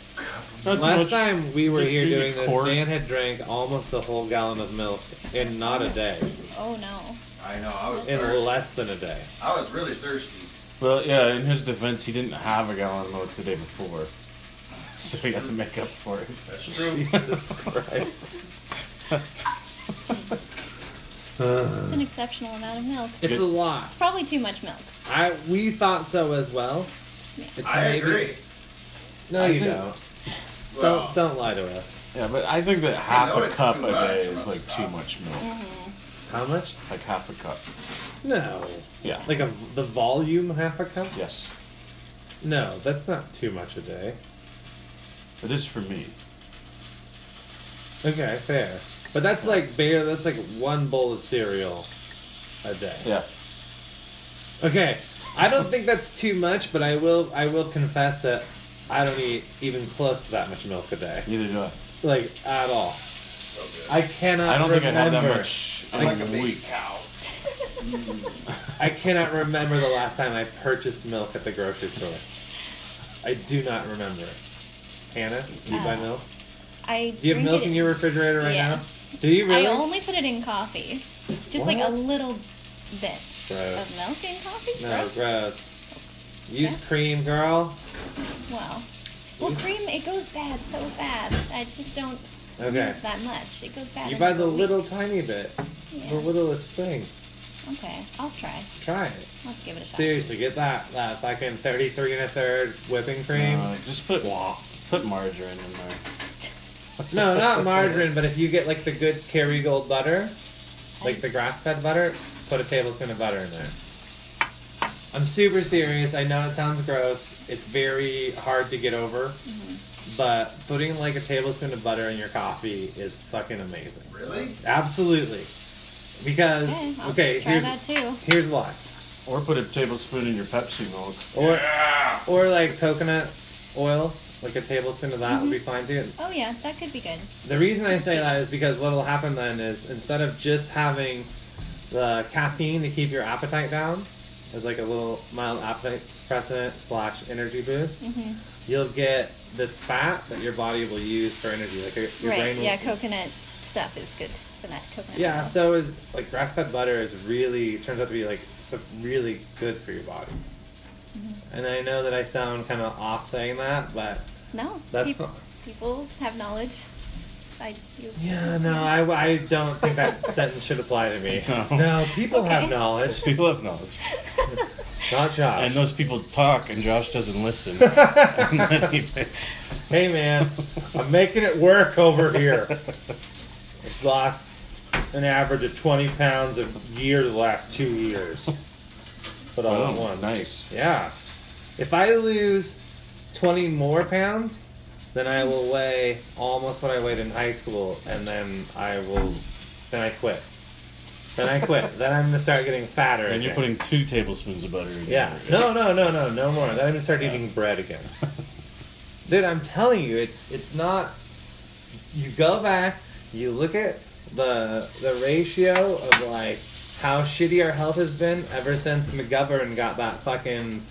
S2: Not
S1: Last
S2: much.
S1: time we were
S2: Just
S1: here
S2: eat a
S1: doing this,
S2: quart.
S1: Dan had drank almost a whole gallon of milk in not a day,
S4: Oh no.
S3: I know. I was
S1: in
S3: thirsty.
S1: less than a day.
S3: I was really thirsty.
S2: Well, yeah. In his defense, he didn't have a gallon of milk the day before, so he had to make up for it.
S3: That's
S1: Jesus Christ.
S4: It's an exceptional amount of milk.
S1: It's a lot.
S4: It's probably too much milk.
S1: I we thought so as well. It's
S3: I agree.
S1: No,
S2: I
S1: you
S2: think-
S1: don't.
S3: Well,
S1: don't don't lie to us.
S2: Yeah, but I think that half
S3: know
S2: a
S3: it's
S2: cup
S3: too
S2: a
S3: much,
S2: day
S3: but
S2: is like
S3: stop.
S2: too much milk.
S1: How much?
S2: Like half a cup.
S1: No.
S2: Yeah.
S1: Like a the volume half a cup?
S2: Yes,
S1: No, that's not too much a day.
S2: it is for me.
S1: Okay, fair. But that's like bare. That's like one bowl of cereal a day.
S2: Yeah.
S1: Okay, I don't think that's too much, but I will I will confess that I don't eat even close to that much milk a day,
S2: Neither do I.
S1: like at all.
S3: so good.
S1: I cannot.
S2: I don't think I
S1: remember.
S2: had that much
S3: I'm
S2: in
S3: like a
S2: a
S3: big
S2: week.
S3: cow.
S1: I cannot remember the last time I purchased milk at the grocery store. I do not remember. Hannah, do you buy
S4: Uh,
S1: milk?
S4: I
S1: Do you have
S4: drink
S1: milk
S4: it-
S1: in your refrigerator right
S4: Yes.
S1: now? Do you really?
S4: I only put it in coffee. Just like a
S1: What?
S4: little bit
S1: Gross.
S4: of milk in coffee.
S1: no,
S4: Gross.
S1: gross. Use
S4: Yeah.
S1: cream, girl.
S4: Wow. Well, cream it goes bad so fast. I just don't
S1: Okay.
S4: use that much. It goes bad.
S1: You
S4: in
S1: buy
S4: like
S1: the
S4: a week.
S1: little tiny bit, the
S4: Yeah.
S1: littlest thing.
S4: Okay, I'll try.
S1: Try it.
S4: Let's give it a shot.
S1: Seriously, get that that fucking thirty-three and a third whipping cream.
S2: No, Uh, just put put margarine in there.
S1: No, not margarine, but if you get like the good Kerrygold butter,
S4: Oh.
S1: like the grass-fed butter, put a tablespoon of butter in there. I'm super serious. I know it sounds gross. It's very hard to get over,
S4: Mm-hmm.
S1: but putting like a tablespoon of butter in your coffee is fucking amazing.
S3: Really?
S1: Absolutely, because
S4: Okay, I'll
S1: okay,
S4: try
S1: here's
S4: that too.
S1: here's why,
S2: Or put a tablespoon in your Pepsi milk.
S1: or
S3: Yeah.
S1: or like coconut oil, like a tablespoon of that would be fine too.
S4: Oh yeah, that could be good.
S1: The reason I say that is because what will happen then is instead of just having the caffeine to keep your appetite down, as like a little mild appetite suppressant slash energy boost,
S4: Mm-hmm.
S1: you'll get this fat that your body will use for energy. Like your your
S4: right?
S1: brain will.
S4: Yeah, coconut stuff is good for that coconut.
S1: Yeah,
S4: oil.
S1: so is like grass fed butter is really turns out to be like so really good for your body. And I know that I sound kind of off saying that, but
S4: no,
S1: that's
S4: peop- people,
S1: not-
S4: have knowledge. I you,
S1: Yeah, no, I, I don't think that sentence should apply to me.
S2: No.
S1: No, people have
S4: Okay.
S1: knowledge,
S2: People have knowledge.
S1: not Josh.
S2: And those people talk, and Josh doesn't listen. And then he makes-
S1: Hey, man, I'm making it work over here. I've lost an average of 20 pounds a year the last two years. But all at
S2: oh,
S1: once.
S2: nice.
S1: Yeah. If I lose 20 more pounds, then I will weigh almost what I weighed in high school, and then I will, then I quit. Then I quit. then I'm gonna start getting fatter.
S2: And you're
S1: again.
S2: putting two tablespoons of butter in.
S1: Yeah.
S2: Your
S1: No, no, no, no, no more. Then I'm gonna start eating bread again. Dude, I'm telling you, it's it's not. You go back, you look at the the ratio of like how shitty our health has been ever since McGovern got that fucking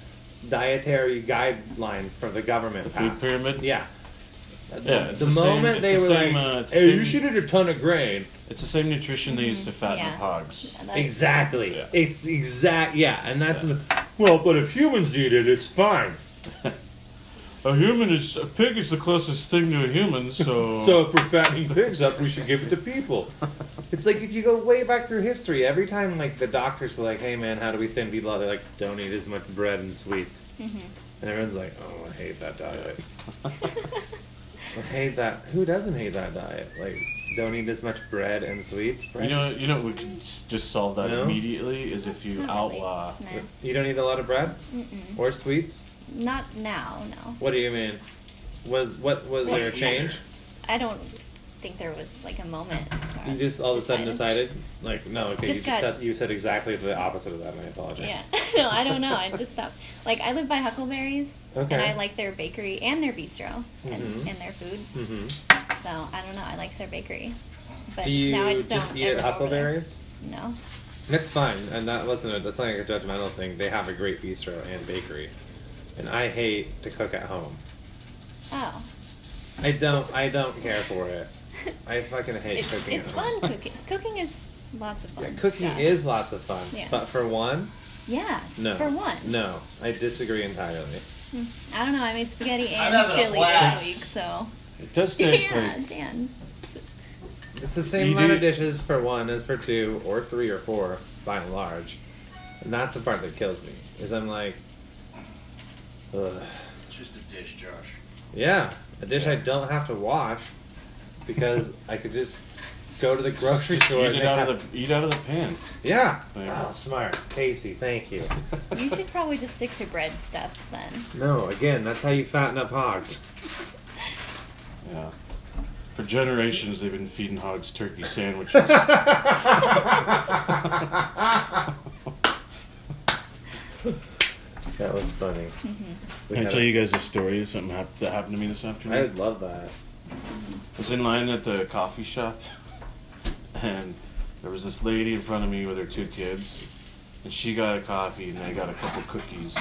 S1: dietary guideline from the government.
S2: The food
S1: passed.
S2: pyramid.
S1: Yeah. Yeah,
S2: it's
S1: the,
S2: the same-
S1: moment
S2: it's
S1: they
S2: the
S1: were
S2: same,
S1: like,
S2: uh, it's the
S1: "Hey, you
S2: same-
S1: should eat a ton of grain."
S2: It's the same nutrition they use to fatten
S4: Yeah.
S2: the hogs.
S4: Like,
S1: Exactly.
S2: Yeah.
S1: It's exact. Yeah, and that's
S2: Yeah.
S1: the- well. But if humans eat it, it's fine.
S2: A human is a pig is the closest thing to a human, so
S1: So if we're fattening pigs up, we should give it to people. It's like if you go way back through history, every time like the doctors were like, "Hey man, how do we thin people out?" They're like, "Don't eat as much bread and sweets."
S4: Mm-hmm.
S1: And everyone's like, "Oh, I hate that diet." I hate that. Who doesn't hate that diet? Like, don't eat as much bread and sweets.
S2: you know
S1: breads?
S2: you know what we could s- just solve that
S1: No?
S2: immediately is if you
S4: not
S1: uh,
S4: really.
S2: outlaw
S4: No.
S1: you don't eat a lot of bread
S4: Mm-mm.
S1: or sweets.
S4: Not now, no.
S1: What do you mean? Was what was
S4: Well,
S1: there a
S4: yeah.
S1: change?
S4: I don't think there was like a moment. where
S1: You
S4: I
S1: just all of a sudden decided, like, no, okay,
S4: Just
S1: you just
S4: got-
S1: said, you said exactly the opposite of that, and I apologize.
S4: Yeah. no, I don't know. I just stopped. Like I live by Huckleberries,
S1: Okay.
S4: and I like their bakery and their bistro and,
S1: Mhm.
S4: and their foods.
S1: hmm
S4: So I don't know. I liked their bakery, but
S1: Do you
S4: now I just,
S1: just
S4: don't
S1: eat
S4: ever
S1: at
S4: go over there.
S1: Huckleberries?
S4: No.
S1: That's fine, and that wasn't a, that's not like a judgmental thing. They have a great bistro and bakery, and I hate to cook at home.
S4: Oh.
S1: I don't I don't care for it. I fucking hate
S4: it's,
S1: cooking.
S4: It's
S1: at home.
S4: fun cooking. cooking is lots of fun.
S1: Yeah, cooking
S4: Josh.
S1: is lots of fun,
S4: Yeah.
S1: but for one,
S4: Yes.
S1: no.
S4: For one.
S1: no, I disagree entirely.
S4: Mm. I don't know. I made spaghetti
S3: I'm
S4: and
S3: having a
S4: chili
S3: blast.
S4: this week, so.
S2: it does take
S4: yeah,
S2: like,
S4: Dan.
S1: It's the same
S2: You
S1: amount
S2: do-
S1: of dishes for one as for two or three or four, by and large. And that's the part that kills me. Is I'm like, ugh.
S3: It's just a dish, Josh.
S1: yeah, a dish I don't have to wash because I could just go to the grocery
S2: just
S1: store.
S2: eat
S1: and
S2: it
S1: they
S2: out of
S1: have-
S2: the eat out of the pan.
S1: yeah.
S2: There you
S1: Oh,
S2: go.
S1: smart, Casey. Thank you.
S4: You should probably just stick to bread stuffs then.
S1: No, again, that's how you fatten up hogs.
S2: Yeah. For generations they've been feeding hogs turkey sandwiches.
S1: That was funny. We
S2: Can I
S1: had
S2: tell
S1: a-
S2: you guys a story of something hap- that happened to me this afternoon?
S1: I would love that.
S2: I was in line at the coffee shop, and there was this lady in front of me with her two kids, and she got a coffee and I got a couple cookies,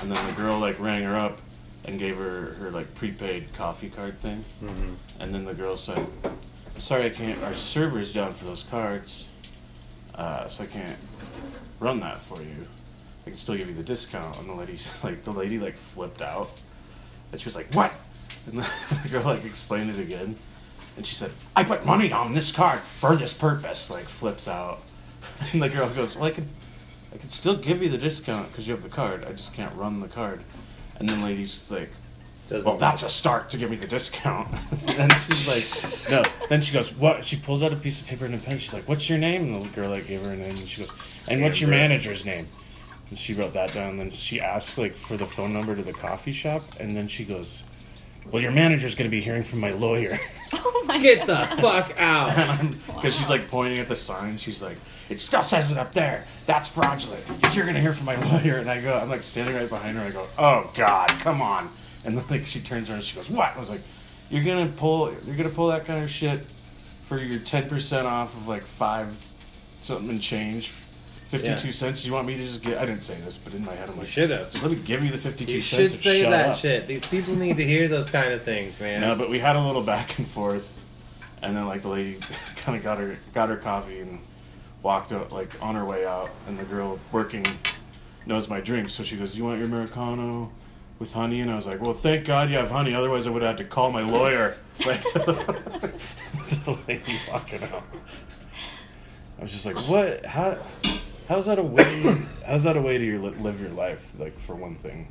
S2: and then the girl like rang her up and gave her her like prepaid coffee card thing,
S1: Mm-hmm.
S2: and then the girl said, "I'm sorry, I can't. Our server's down for those cards, uh, so I can't run that for you. I can still give you the discount." And the lady's like, the lady like flipped out. And she was like, What? And the girl like explained it again. And she said, I put money on this card for this purpose. Like flips out. And the girl goes, Well, I can, I can still give you the discount because you have the card. I just can't run the card. And then lady's like,
S1: Doesn't
S2: well, that's a start to give me the discount. and she's like, no. Then she goes, what? She pulls out a piece of paper and a pen. She's like, what's your name? And the girl like gave her a name. And she goes, and what's your
S1: Amber.
S2: manager's name? And she wrote that down. Then she asks like for the phone number to the coffee shop. And then she goes, well, your manager's going to be hearing from my lawyer.
S4: Oh my
S1: Get
S4: god.
S1: the fuck out.
S2: Because she's like pointing at the sign. She's like, it still says it up there. That's fraudulent. You're going to hear from my lawyer. And I go, I'm like standing right behind her. I go, oh God, come on. And then like she turns around and she goes, what? And I was like, you're going to pull, you're going to pull that kind of shit for your 10% off of like five something and change. 52
S1: Yeah.
S2: cents. You want me to just get, I didn't say this, but in my head I'm like,
S1: You should've.
S2: Just let me give you the 52
S1: You
S2: cents.
S1: should
S2: and
S1: say
S2: shut
S1: that
S2: up."
S1: shit. These people need to hear those kind of things, man.
S2: No, but we had a little back and forth, and then like the lady kind of got her got her coffee and walked out like on her way out, and the girl working knows my drink, so she goes, "You want your americano with honey?" And I was like, "Well, thank God you have honey, otherwise I would have had to call my lawyer." Like to the, to the lady walking out, I was just like, "What? How? How's that a way? How's that a way to your li- live your life? Like for one thing."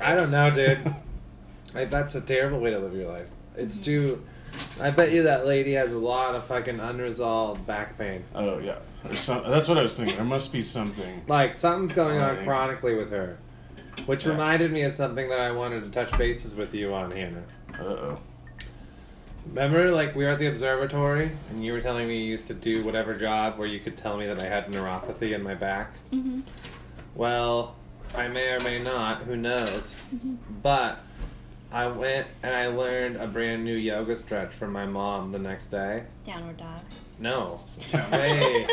S1: I don't know, dude. like, that's a terrible way to live your life. It's too. I bet you that lady has a lot of fucking unresolved back pain.
S2: Oh yeah, or some, that's what I was thinking. There must be something.
S1: Like something's going on
S2: Right.
S1: chronically with her, which
S2: Yeah.
S1: reminded me of something that I wanted to touch bases with you on, Hannah.
S2: Uh oh.
S1: Remember, like we were at the observatory, and you were telling me you used to do whatever job where you could tell me that I had neuropathy in my back.
S4: Mhm.
S1: Well, I may or may not. Who knows? But I went and I learned a brand new yoga stretch from my mom the next day.
S4: Downward dog.
S1: No.
S3: Yeah.
S1: Wait.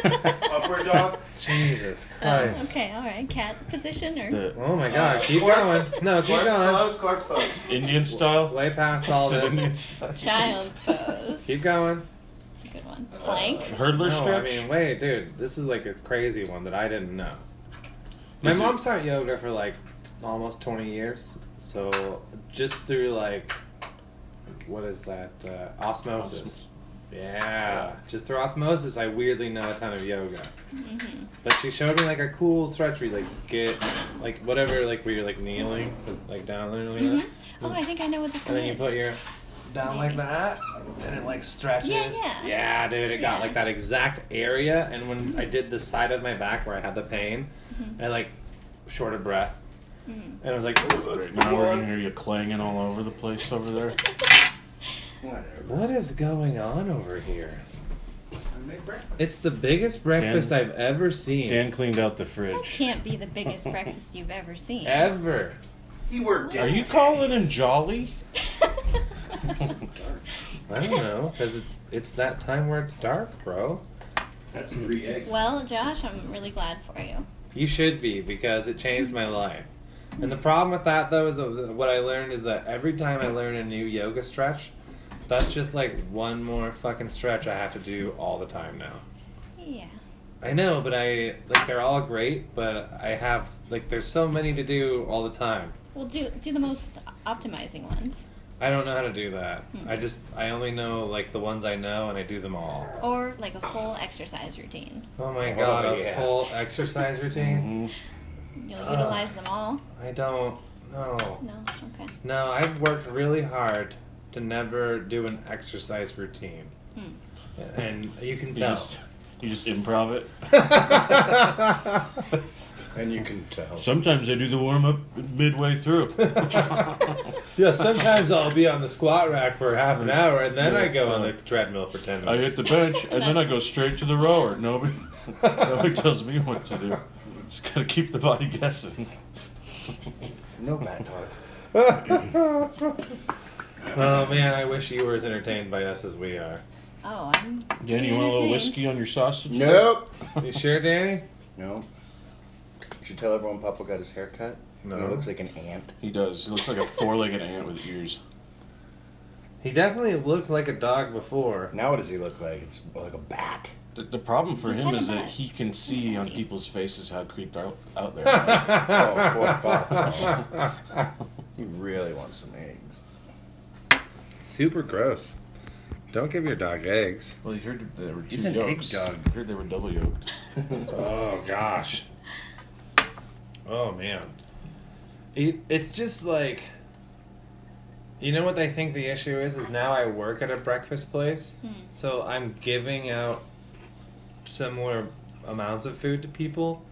S3: Upward dog.
S1: Jesus
S4: Oh,
S1: Christ.
S4: okay, all right. Cat position or
S2: The
S1: Oh my god,
S3: Uh,
S1: keep
S3: quartz-
S1: going. No, keep
S3: Quartz
S1: going.
S3: pose, quartz pose.
S2: Indian style. Uh,
S1: Way past all
S2: It's an Indian
S1: this.
S2: style.
S4: child's pose.
S1: Keep going.
S4: That's a good one. Plank.
S2: Hurdler
S1: No, I
S2: stretch.
S1: mean, wait, dude, this is like a crazy one that I didn't know. My
S2: Is it-
S1: mom's taught yoga for like almost 20 years, so just through like, what is that? Uh, osmosis.
S2: Osmosis.
S1: Yeah, just through osmosis, I weirdly know a ton of yoga.
S4: Mm-hmm.
S1: But she showed me like a cool stretch where you like get like whatever like where you're like kneeling like down there like that.
S4: hmm Oh, I think I know what this
S1: and then
S4: one
S1: you
S4: is.
S1: put your
S5: down like that, and it like stretches.
S4: yeah, yeah.
S1: Yeah, dude, it got
S4: Yeah.
S1: like that exact area, and when I did the side of my back where I had the pain,
S4: Mhm.
S1: I like short of breath,
S4: Mhm.
S1: and I was like, "Ooh, that's
S2: Right
S1: the
S2: now we're gonna
S1: one."
S2: hear you clanging all over the place over there.
S3: Whatever.
S1: What is going on over here?
S3: And make breakfast.
S1: It's the biggest breakfast I've ever seen,
S2: Dan cleaned out the
S4: That
S2: fridge.
S4: can't be the biggest breakfast you've ever seen.
S1: ever.
S3: He worked.
S2: Are
S3: in
S2: you
S3: days.
S2: calling him Jolly?
S1: I don't know, cause it's it's that time where it's dark, bro.
S3: That's three eggs.
S4: well, Josh, I'm really glad for you.
S1: You should be because it changed my life. And the problem with that though is that what I learned is that every time I learn a new yoga stretch, that's just like one more fucking stretch I have to do all the time now.
S4: Yeah.
S1: I know, but I like they're all great, but I have like there's so many to do all the time.
S4: Well, do do the most optimizing ones,
S1: I don't know how to do that.
S4: Hmm.
S1: I just I only know like the ones I know and I do them all.
S4: or like a full exercise routine.
S1: Oh my god, a
S2: yeah.
S1: full exercise routine?
S2: Mhm.
S4: You'll
S1: Ugh.
S4: utilize them all.
S1: I don't know.
S4: No. Okay.
S1: No, I've worked really hard to never do an exercise routine.
S4: Hmm.
S1: And you can
S2: You
S1: tell.
S2: just you just improv it.
S6: And you can tell.
S2: Sometimes I do the warm up midway through.
S1: yeah, sometimes I'll be on the squat rack for half an hour and then I go on
S2: Yeah.
S1: the treadmill for 10
S2: I
S3: Oh,
S1: minutes.
S2: hit the bench and then I go straight to the rower. Nobody, nobody tells me what to do. Just gotta keep the body guessing.
S3: No bad dog.
S1: Oh man, I wish you were as entertained by us as we are.
S4: Oh, I'm.
S2: Dan, you want a little
S4: entertained.
S2: whiskey on your sausage?
S3: Nope.
S1: You sure, Danny?
S3: No. You should tell everyone Papa got his hair cut.
S1: No.
S3: He looks like an ant.
S2: He does. He looks like a four-legged ant with ears.
S1: He definitely looked like a dog before.
S3: Now what does he look like? It's like a bat.
S2: The, the problem for him
S4: Kind of
S2: is that
S4: bad.
S2: he can see on people's faces how creeped out out they are.
S3: Oh, poor Papa. Oh, he really wants some eggs.
S1: Super gross. Don't give your dog eggs.
S2: well, he heard that there were two
S6: He's an egg
S2: yolks.
S6: dog.
S2: He heard they were double yoked.
S1: Oh gosh. Oh man. It, it's just like you know what I think the issue is is now I work at a breakfast place. So I'm giving out similar amounts of food to people.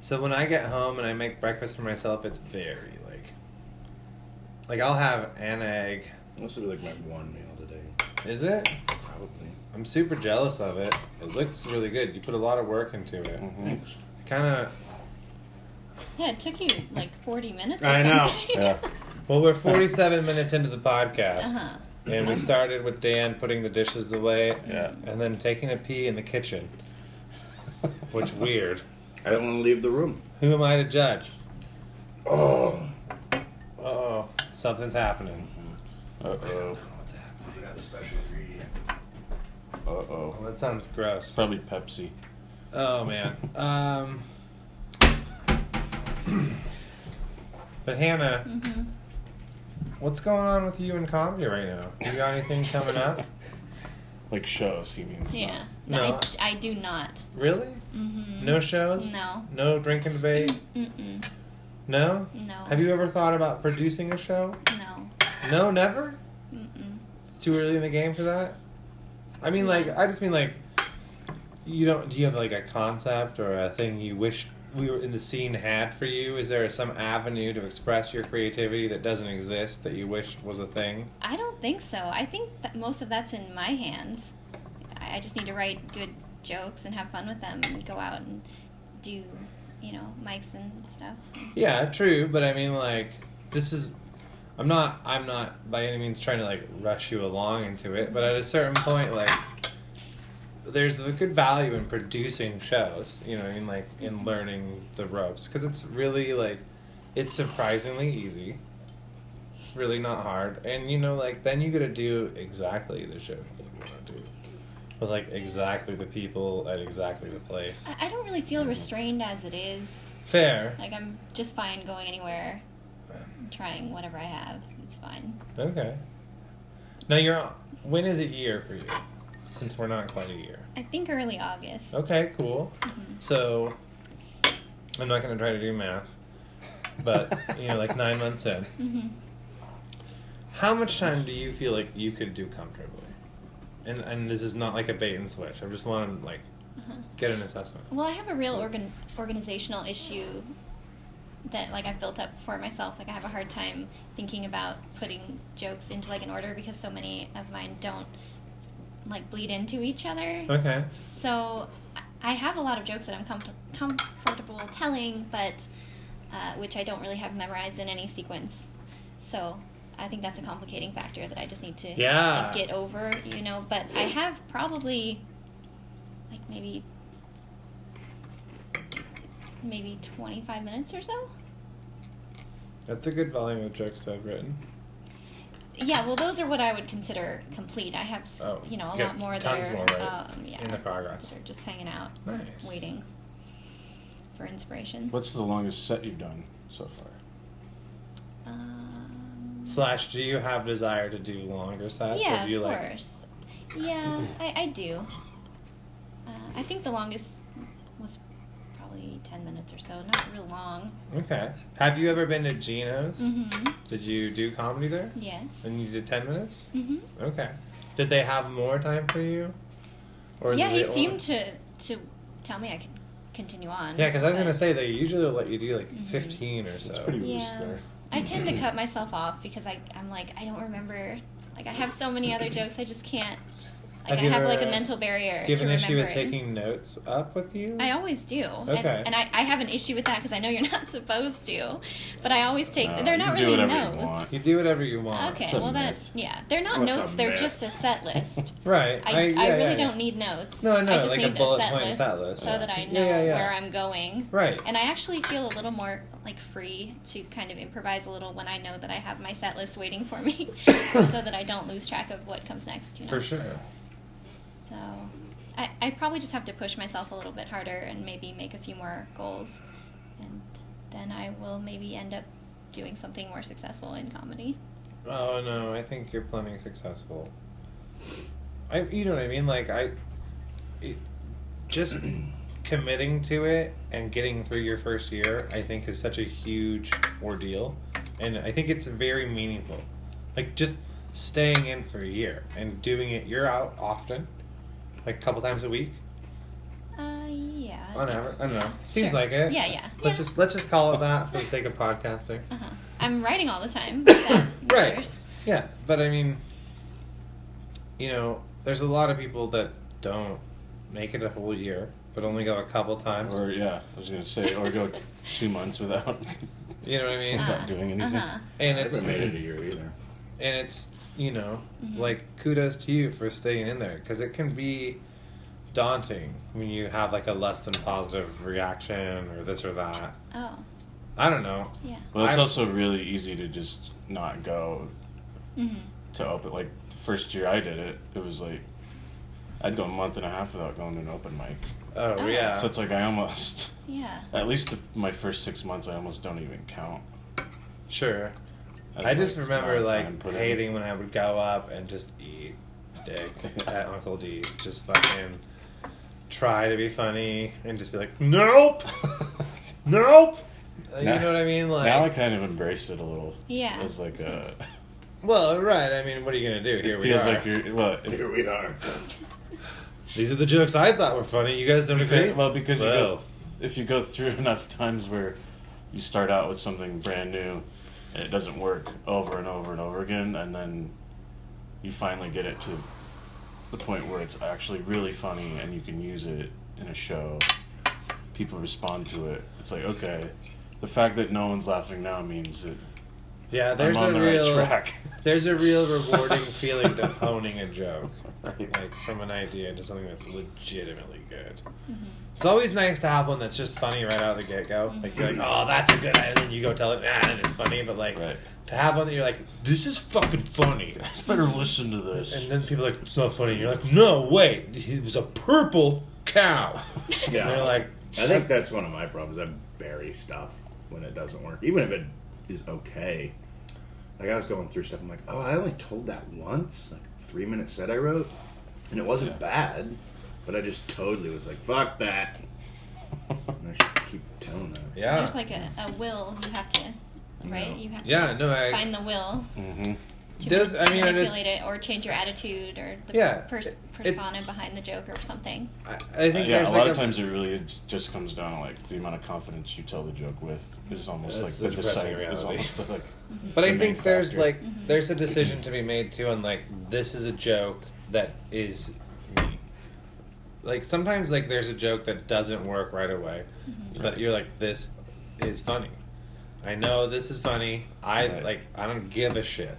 S1: So when I get home and I make breakfast for myself, it's very like like I'll have an egg.
S3: This would be like my one meal today,
S1: Is it?
S3: probably.
S1: I'm super jealous of it. It looks really good. You put a lot of work into it.
S3: Mm-hmm.
S2: Mhm.
S1: Kind of
S4: Yeah, it took you like 40 minutes. Or
S1: I know.
S4: Something.
S2: Yeah.
S1: Well, we're 47 minutes into the podcast,
S4: Uh-huh.
S1: and we started with Dan putting the dishes away
S2: Yeah.
S1: and then taking a pee in the kitchen, which weird.
S3: I don't want to leave the room.
S1: Who am I to judge?
S3: Oh.
S1: Uh-oh, something's happening.
S2: Uh oh.
S1: What's happening?
S3: I forgot a special ingredient.
S2: Uh oh.
S1: Well, that sounds gross.
S2: Probably Pepsi.
S1: Oh man. Um. But Hannah,
S4: Mhm.
S1: what's going on with you in comedy right now? You got anything coming up?
S2: Like shows, he means.
S4: Yeah.
S1: No.
S4: I, I do not.
S1: Really?
S4: Mm-hmm.
S1: No shows?
S4: No.
S1: No drinking debate?
S4: Mm-mm.
S1: No?
S4: No.
S1: Have you ever thought about producing a show?
S4: No.
S1: No, never.
S4: Mm-mm.
S1: It's too early in the game for that. I mean, like, I just mean like, you don't. Do you have like a concept or a thing you wish we were in the scene had for you? Is there some avenue to express your creativity that doesn't exist that you wish was a thing?
S4: I don't think so. I think that most of that's in my hands. I I just need to write good jokes and have fun with them and go out and do, you know, mics and stuff.
S1: Yeah, true. But I mean, like, this is. I'm not. I'm not by any means trying to like rush you along into it, but at a certain point, like, there's a good value in producing shows. You know, what I mean, like, in learning the ropes because it's really like, it's surprisingly easy. It's really not hard, and you know, like, then you got to do exactly the show you want to do, with like exactly the people at exactly the place.
S4: I, I don't really feel restrained as it is.
S1: Fair.
S4: Like I'm just fine going anywhere, trying whatever I have. It's fine.
S1: Okay. Now you're. on- When is it year for you? Since we're not quite a year.
S4: I think early August.
S1: Okay, cool.
S4: Mm-hmm.
S1: So, I'm not gonna try to do math, but you know, like nine months in,
S4: hmm
S1: how much time do you feel like you could do comfortably? And and this is not like a bait and switch. I just want to like
S4: Uh-huh.
S1: get an assessment.
S4: Well, I have a real organ- organizational issue that like I've built up for myself. Like I have a hard time thinking about putting jokes into like an order because so many of mine don't like bleed into each other.
S1: Okay.
S4: So I- I have a lot of jokes that I'm comfort- comfortable telling, but uh, which I don't really have memorized in any sequence. So I think that's a complicating factor that I just need to like,
S1: Yeah.
S4: get over, you know. But I have probably like maybe maybe 25 minutes or so.
S1: That's a good volume of jokes I've written.
S4: Yeah, well, those are what I would consider complete. I have, s
S1: Oh,
S4: you know, a
S1: yeah,
S4: lot more
S1: tons
S4: that are
S1: more, right,
S4: um, yeah,
S1: in the progress.
S4: They're just hanging out,
S1: Nice.
S4: waiting for inspiration.
S2: What's the longest set you've done so far?
S4: Um,
S1: Slash, do you have desire to do longer sets? or
S4: yeah,
S1: do you
S4: of
S1: like,
S4: course. Yeah, I, I do. Uh, I think the longest was probably 10 minutes or so. Not real long.
S1: Okay. Have you ever been to Geno's?
S4: Mm-hmm.
S1: Did you do comedy there?
S4: Yes.
S1: And you did 10 minutes?
S4: hmm
S1: Okay. Did they have more time for you? Or
S4: Yeah,
S1: did
S4: he
S1: they
S4: seemed
S1: only-
S4: to, to tell me I could continue on.
S1: Yeah, because I was
S4: but
S1: going to say they usually let you do like
S4: Mhm.
S1: 15 or so.
S2: It's pretty loose
S4: Yeah.
S2: there.
S4: I tend to cut myself off because I, I'm like, I don't remember. Like, I have so many other jokes, I just can't.
S1: Have
S4: Like, I
S1: you
S4: have
S1: ever,
S4: like a
S1: uh,
S4: mental barrier.
S1: Do you have an
S4: to
S1: issue with
S4: remembering.
S1: taking notes up with you?
S4: I always do.
S1: Okay.
S4: And, and I, I have an issue with that because I know you're not supposed to. But I always take,
S2: No,
S4: they're
S2: you
S4: not
S2: do
S4: really
S2: whatever you
S4: notes.
S2: want.
S1: You do whatever you want.
S4: Okay,
S2: It's a
S4: well,
S2: myth.
S4: that's, yeah. They're not
S3: What's a
S4: notes, they're
S3: myth?
S4: just a set list.
S1: Right.
S4: I,
S1: yeah,
S4: I, really
S1: yeah, yeah.
S4: don't need notes.
S1: No, I know,
S4: I just
S1: like a
S4: need
S1: bullet
S4: set
S1: point
S4: list
S1: set list.
S4: so
S2: Yeah.
S4: that I
S1: Yeah,
S4: know
S1: yeah, yeah.
S4: where I'm going.
S1: Right.
S4: And I actually feel a little more like free to kind of improvise a little when I know that I have my set list waiting for me, so that I don't lose track of what comes next. You know?
S1: For sure.
S4: So, I, I probably just have to push myself a little bit harder and maybe make a few more goals, and then I will maybe end up doing something more successful in comedy.
S1: Oh, no, I think you're plenty successful. I, you know what I mean? Like, I. It, just committing to it and getting through your first year, I think, is such a huge ordeal. And I think it's very meaningful. Like, just staying in for a year and doing it, you're out often, like a couple times a week
S4: Uh, yeah.
S1: on
S4: yeah.
S1: average. I don't know. Seems
S4: Sure.
S1: like it.
S4: Yeah, yeah.
S1: Let's
S4: Yeah.
S1: just let's just call it that for the sake of podcasting.
S4: Uh-huh. I'm writing all the time. but that
S1: Right.
S4: matters.
S1: Yeah, but I mean, you know, there's a lot of people that don't make it a whole year, but only go a couple times.
S2: Or yeah, I was gonna say, or go two months without.
S1: you know what I mean?
S2: Ah. not doing anything.
S4: Uh-huh.
S1: And
S3: I
S1: it's
S3: haven't made
S1: and
S3: it a year either.
S1: it's you know
S4: Mhm.
S1: like kudos to you for staying in there because it can be daunting when you have like a less than positive reaction or this or that.
S4: Oh,
S1: I don't know.
S4: yeah.
S2: Well, it's
S1: I'm-
S2: also really easy to just not go
S4: hmm
S2: to open. Like the first year I did it, it was like I'd go a month and a half without going to an open mic.
S1: Oh,
S4: Oh.
S1: yeah.
S2: So it's like I almost,
S4: Yeah.
S2: at least the, my first six months, I almost don't even count.
S1: sure.
S2: That's,
S1: I just
S2: like,
S1: remember
S2: amount of time
S1: like
S2: put in.
S1: hating when I would go up and just eat dick at Uncle D's, just fucking try to be funny and just be like, nope, nope. Uh, you
S2: Now-
S1: know what I mean? Like,
S2: now I kind of embrace it a little.
S4: Yeah.
S2: It's like uh,
S1: well, right. I mean, what are you gonna do? Here
S2: it
S1: we
S2: feels
S1: are.
S2: like you're well. if-
S3: Here we are.
S1: These are the jokes I thought were funny. You guys don't agree?
S2: Well, because you
S1: Well,
S2: go, if you go through enough times where you start out with something brand new and it doesn't work over and over and over again, and then you finally get it to the point where it's actually really funny and you can use it in a show, people respond to it. It's like, okay, the fact that no one's laughing now means that
S1: Yeah, there's
S2: I'm on
S1: a
S2: the
S1: real
S2: right track.
S1: there's a real rewarding feeling to honing a joke,
S2: Right.
S1: like from an idea into something that's legitimately good.
S4: Mm-hmm.
S1: It's always nice to have one that's just funny right out of the get go. Like you're like,
S4: Mm-hmm.
S1: oh, that's a good, idea," and then you go tell it, ah, and it's funny. But like
S2: Right.
S1: to have one that you're like, this is fucking funny.
S2: Just better listen to
S1: And
S2: this.
S1: then people are like, it's not funny. And you're like, no, wait, it was a purple cow.
S3: Yeah.
S1: And you're like,
S3: I think that's one of my problems. I bury stuff when it doesn't work, even if it is okay. Like I was going through stuff. I'm like, oh, I only told that once, like three minute set I wrote, and it wasn't bad, but I just totally was like, fuck that. And I should keep telling that.
S1: yeah,
S4: There's like a, a will you have to, right?
S3: No.
S4: You have to
S1: ah. yeah, no, I,
S4: find the will
S2: Mm-hmm.
S4: to
S1: There's- I mean, it is-
S4: manipulate it or change your attitude or the
S1: Yeah,
S4: pers-
S1: it- it's-
S4: persona behind the joke or something.
S1: I, I think
S2: Uh, yeah,
S1: there's
S2: a
S1: like
S2: lot of times it really it just comes down to like the amount of confidence you tell the joke with is almost
S1: That's
S2: like
S1: the
S2: the
S1: depressing
S2: deciding is
S1: reality.
S2: almost the, like
S1: But I
S2: the
S1: think
S2: main
S1: there's
S2: factor.
S1: like
S4: Mm-hmm.
S1: there's a decision to be made too on like this is a joke that is me. Like sometimes like there's a joke that doesn't work right away.
S4: Mm-hmm.
S1: But you're like this is funny. I know this is funny. I
S2: Right.
S1: like I don't give a shit.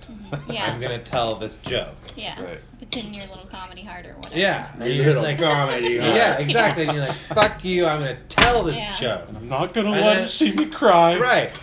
S4: Mm-hmm. Yeah.
S1: I'm going to tell this joke.
S4: Yeah.
S2: Right.
S4: If it's in your little comedy heart or whatever.
S1: Yeah. And
S3: You
S1: you're just
S3: little
S1: like
S3: comedy
S1: Yeah,
S3: heart.
S1: exactly. And you're like fuck you. I'm going to tell this
S4: Yeah.
S1: joke.
S2: I'm not gonna
S1: And
S2: let
S1: then-
S2: him see me cry.
S1: Right.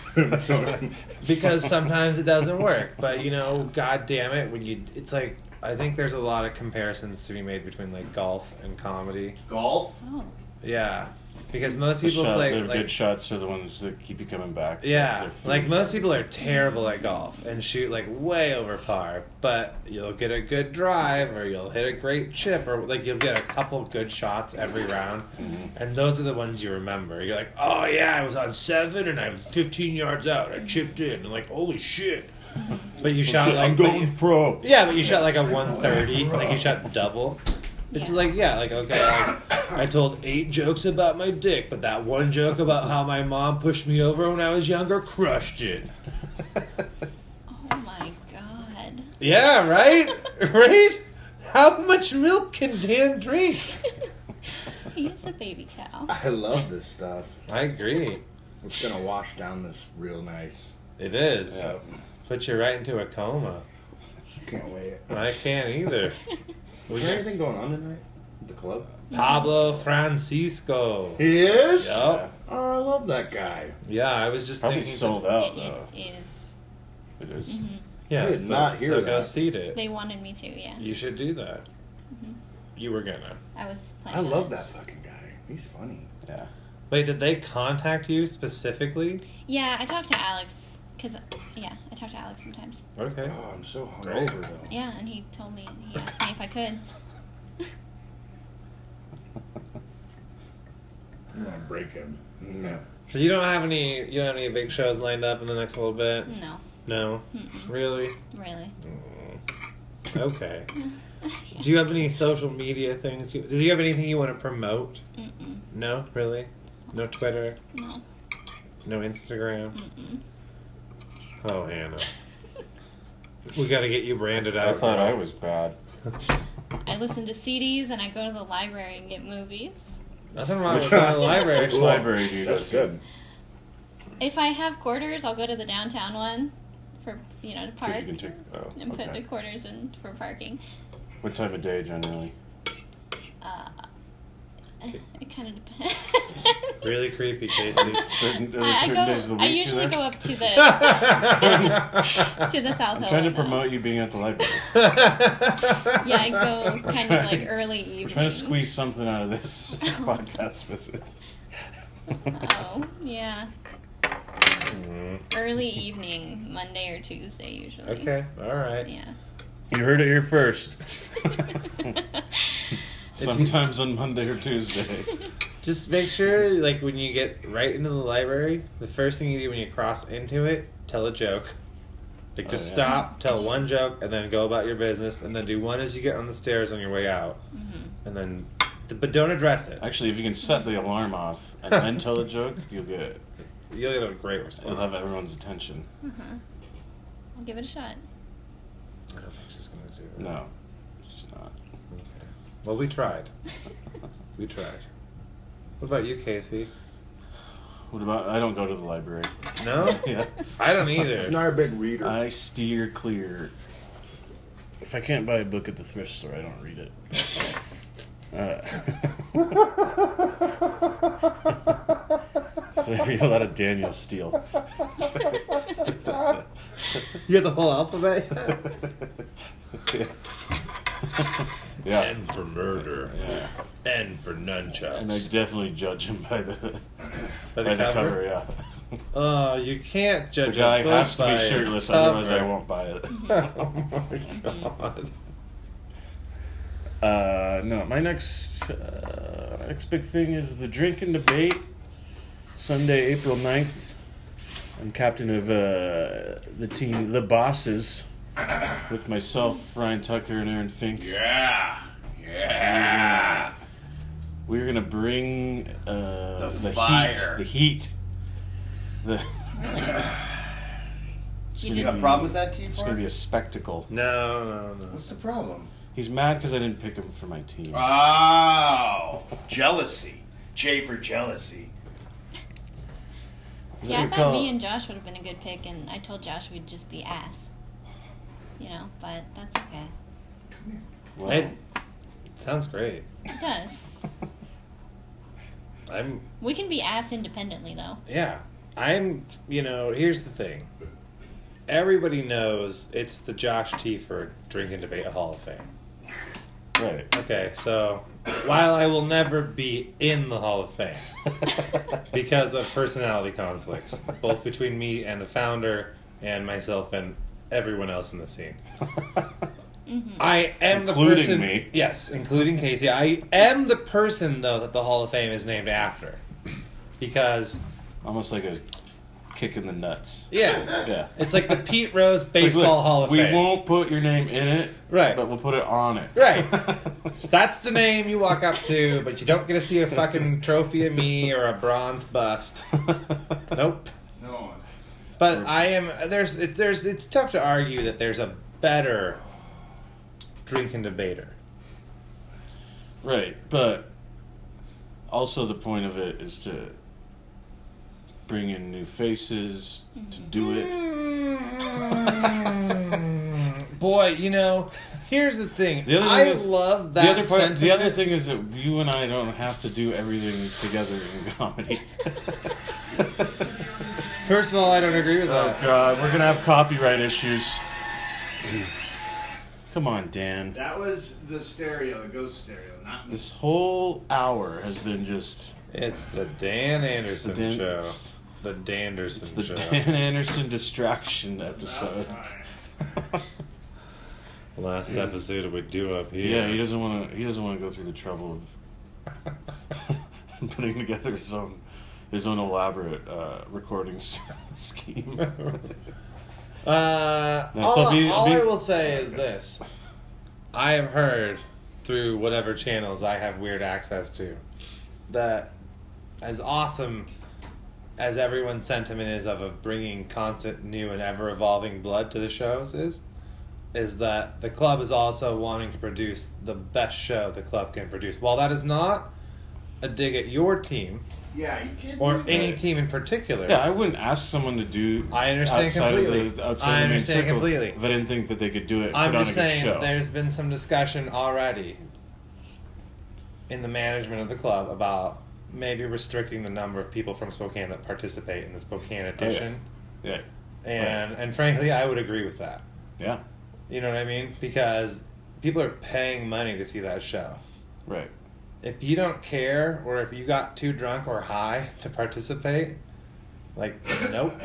S1: because sometimes it doesn't work. But you know, god damn it, when you it's like I think there's a lot of comparisons to be made between like golf and comedy.
S3: Golf.
S4: Oh.
S1: Yeah. Because most
S2: The
S1: people
S2: shot-
S1: play
S2: they're
S1: like
S2: good shots are the ones that keep you coming back.
S1: yeah,
S2: They're food
S1: like
S2: for-
S1: most people are terrible at golf and shoot like way over par, but you'll get a good drive or you'll hit a great chip or like you'll get a couple good shots every round,
S2: Mm-hmm.
S1: and those are the ones you remember. You're like, oh yeah, I was on seven and I'm 15 yards out, I chipped in, and like holy shit, but you
S2: Oh,
S1: shot
S2: shit,
S1: like
S2: I'm
S1: but
S2: going
S1: you-
S2: pro.
S1: yeah, but you shot like a 130, like you shot double. It's
S4: Yeah.
S1: like yeah, like okay, like, I told eight jokes about my dick, but that one joke about how my mom pushed me over when I was younger crushed it.
S4: Oh my god.
S1: Yeah, right, right. How much milk can Dan drink?
S4: He is a baby cow.
S3: I love this stuff.
S1: I agree.
S3: It's gonna wash down this real nice.
S1: It is.
S2: Yeah.
S1: Put you right into a coma.
S3: Can't wait.
S1: I can't either.
S3: Was there anything going on tonight? at The club.
S1: Pablo Francisco.
S3: He is.
S1: Yep.
S3: Oh, I love that guy.
S1: Yeah, I was just
S2: Probably
S1: thinking.
S2: sold out
S4: It
S2: though.
S4: is.
S2: It is.
S1: Yeah,
S3: I did not hear
S1: so go
S3: that.
S1: see it.
S4: They wanted me to, yeah.
S1: You should do that.
S4: Mm-hmm.
S1: You were gonna.
S4: I was
S3: I
S4: planning.
S3: love
S4: on it.
S3: that fucking guy. He's funny.
S2: Yeah.
S1: Wait, did they contact you specifically?
S4: Yeah, I talked to Alex. Because, yeah, I talked to Alex sometimes.
S1: Okay.
S4: Uh,
S3: Oh, I'm so
S1: Great.
S3: hungover though.
S4: Yeah, and he told me, he asked me if I could.
S3: I'm gonna break him. Yeah.
S1: So you don't have any you don't have any big shows lined up in the next little bit?
S4: No,
S1: No.
S4: Mm-hmm.
S1: Really?
S4: really.
S1: Mm. Okay. Do you have any social media things? You, do you have anything you want to promote?
S4: Mm-mm.
S1: No, really? No Twitter?
S4: No.
S1: No Instagram?
S4: Mm-mm.
S1: Oh, Hannah. We got to get you branded out.
S2: I thought
S1: girl.
S2: I was bad.
S4: I listen to CDs and I go to the library and get movies.
S1: Nothing wrong with my library.
S2: Which library do you go
S3: That's
S2: to?
S3: good.
S4: If I have quarters, I'll go to the downtown one for, you know, to park
S2: Because you can take. Oh,
S4: and put the
S2: okay.
S4: quarters in for parking.
S2: What time of day generally?
S4: Uh, it kind of depends.
S1: Really creepy, Casey.
S2: Certain, are there
S4: I, I
S2: certain
S4: go,
S2: days of the week.
S4: I
S2: you're
S4: usually
S2: there?
S4: go up to the to the South
S2: I'm
S4: Hill
S2: trying to
S4: window.
S2: promote you being at the library.
S4: Yeah, I go
S2: We're
S4: kind of
S2: trying
S4: like
S2: to-
S4: early
S2: We're
S4: evening.
S2: trying to squeeze something out of this podcast visit.
S4: Oh, yeah.
S1: Mm-hmm.
S4: Early evening, Monday or Tuesday usually.
S1: okay. All right.
S4: Yeah.
S2: You heard it here first. Sometimes on Monday or Tuesday.
S1: Just make sure, like, when you get right into the library, the first thing you do when you cross into it, tell a joke. Like, just
S2: yeah.
S1: stop, tell one joke, and then go about your business, and then do one as you get on the stairs on your way out.
S4: Mm-hmm.
S1: And then, but don't address it.
S2: Actually, if you can set the alarm off and then tell a joke, you'll get it.
S1: You'll get a great
S2: You'll
S1: response.
S2: have everyone's attention.
S4: Mm-hmm. I'll give it a shot.
S1: I don't think she's gonna do it.
S2: No, it's not.
S1: Okay. Well, we tried. we tried. What about you, Casey?
S2: What about? I don't go to the library.
S1: No,
S2: Yeah.
S1: I don't either.
S3: He's not a big reader.
S2: I steer clear.
S6: If I can't buy a book at the thrift store, I don't read it.
S2: Uh, So I read a lot of Daniel Steele.
S3: you got the whole alphabet?
S2: Yeah.
S1: N for murder. N for nunchucks.
S2: And I definitely judge him by the
S1: By the
S2: by the
S1: cover?
S2: cover. Yeah.
S1: Oh, you can't
S2: The
S1: judge
S2: guy
S1: a book
S2: has to
S1: by
S2: be
S1: its
S2: shirtless,
S1: cover.
S2: otherwise I won't buy it.
S1: oh my god.
S6: Uh, no, my next uh, next big thing is the drink and debate. Sunday, April 9th. I'm captain of uh, the team, the bosses.
S2: With myself, Ryan Tucker, and Aaron Fink.
S3: yeah. Yeah.
S2: We're gonna bring uh,
S3: The
S2: the,
S3: fire.
S2: heat. The heat. The,
S4: You
S3: You got a
S4: didn't.
S3: problem with that, T4?
S2: it's gonna be a spectacle.
S1: No, no, no.
S3: What's the problem?
S2: He's mad because I didn't pick him for my team.
S3: Ah. Oh, jealousy. J for jealousy.
S2: Is that
S4: Yeah, I
S2: what you
S4: thought
S2: call
S4: me
S2: it?
S4: and Josh would have been a good pick, and I told Josh we'd just be ass. You know, but that's okay.
S2: Well,
S1: It sounds great.
S4: It does.
S1: I'm
S4: We can be ass independently, though.
S1: Yeah. I'm, you know, here's the thing. Everybody knows it's the Josh Tiefert Drink and Debate Hall of Fame.
S2: right.
S1: Okay, so while I will never be in the Hall of Fame because of personality conflicts, both between me and the founder and myself and everyone else in the scene.
S4: Mm-hmm.
S1: I am the
S2: Including
S1: person.
S2: me.
S1: Yes, including Casey. I am the person, though, that the Hall of Fame is named after. Because,
S2: Almost like a kick in the nuts.
S1: yeah,
S2: Yeah.
S1: It's like the Pete Rose
S2: It's
S1: Baseball
S2: like, look,
S1: Hall of
S2: we
S1: Fame.
S2: won't put your name in it,
S1: Right.
S2: But we'll put it on it,
S1: Right. So that's the name you walk up to, but you don't get to see a fucking trophy of me or a bronze bust. Nope.
S3: No.
S1: But I am there's it, there's it's tough to argue that there's a better drinking debater.
S2: right. But also the point of it is to bring in new faces to do it. Mm.
S1: Boy, you know, here's the thing.
S2: The other thing
S1: I
S2: is-
S1: love that
S2: the other part,
S1: sentiment.
S2: the other thing is that you and I don't have to do everything together in comedy.
S1: First of all, I don't agree with
S2: Oh
S1: that.
S2: God, we're gonna have copyright issues. Come on, Dan.
S3: That was the stereo, the ghost stereo, not
S2: This whole hour has been just
S1: It's the Dan
S2: it's the
S1: Anderson
S2: Dan,
S1: show.
S2: it's
S1: The Danderson
S2: the
S1: show.
S2: Dan Anderson distraction episode.
S1: Last episode we do up here.
S2: Yeah, he doesn't want to. He doesn't want to go through the trouble of putting together his own his own elaborate uh, recording s- scheme.
S1: Uh,
S2: No,
S1: all
S2: so be-
S1: all I
S2: be-
S1: will say is this: I have heard through whatever channels I have weird access to that, as awesome as everyone's sentiment is of, of bringing constant, new, and ever evolving blood to the shows is, is that the club is also wanting to produce the best show the club can produce. While that is not a dig at your team
S3: Yeah, you can't.
S1: or
S3: do that.
S1: any team in particular,
S2: Yeah, I wouldn't ask someone to do.
S1: I understand
S2: outside Of
S1: completely.
S2: the, outside
S1: I
S2: of the main
S1: understand
S2: circle
S1: completely.
S2: If I didn't think that they could do it,
S1: I'm
S2: put
S1: just
S2: on a good
S1: saying
S2: show.
S1: there's been some discussion already in the management of the club about maybe restricting the number of people from Spokane that participate in the Spokane
S2: Oh, yeah.
S1: edition.
S2: Yeah,
S1: And and frankly I would agree with that.
S2: yeah,
S1: You know what I mean? Because people are paying money to see that show.
S2: right.
S1: If you don't care or if you got too drunk or high to participate, like nope.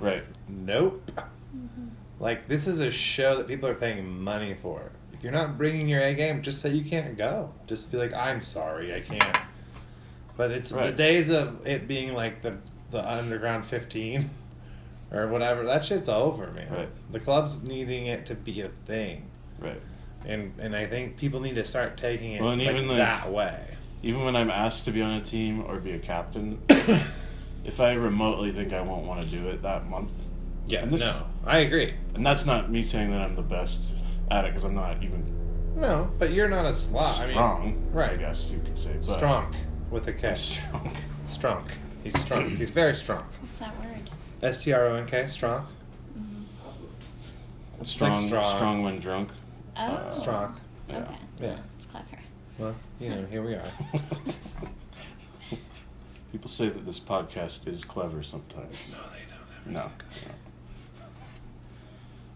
S2: Right.
S1: Nope. Like this is a show that people are paying money for. If you're not bringing your A game, just say you can't go. Just be like, I'm sorry, I can't. But it's the
S2: Right.
S1: days of it being like the the underground 15 or whatever. That shit's over, man.
S2: Right.
S1: The club's needing it to be a thing,
S2: Right.
S1: and and I think people need to start taking it
S2: Well, and
S1: like,
S2: even, like-
S1: that way.
S2: Even when I'm asked to be on a team or be a captain, if I remotely think I won't want to do it that month,
S1: Yeah.
S2: And this-
S1: no, I agree.
S2: and that's not me saying that I'm the best at it because I'm not even
S1: No, but you're not a slot.
S2: strong.
S1: I mean,
S2: I
S1: right?
S2: guess you could say. But
S1: Strong with a K.
S2: Strong.
S1: Strunk. He's strong. He's very strong.
S4: What's that word?
S1: S T R O N K, strong.
S2: Strong,
S1: strong.
S2: strong, when drunk.
S4: Oh.
S1: Uh, Strong.
S2: yeah.
S4: Okay.
S1: Yeah.
S4: It's clever.
S1: Well, you know, here we are.
S2: People say that this podcast is clever sometimes.
S1: No, they
S2: No. no.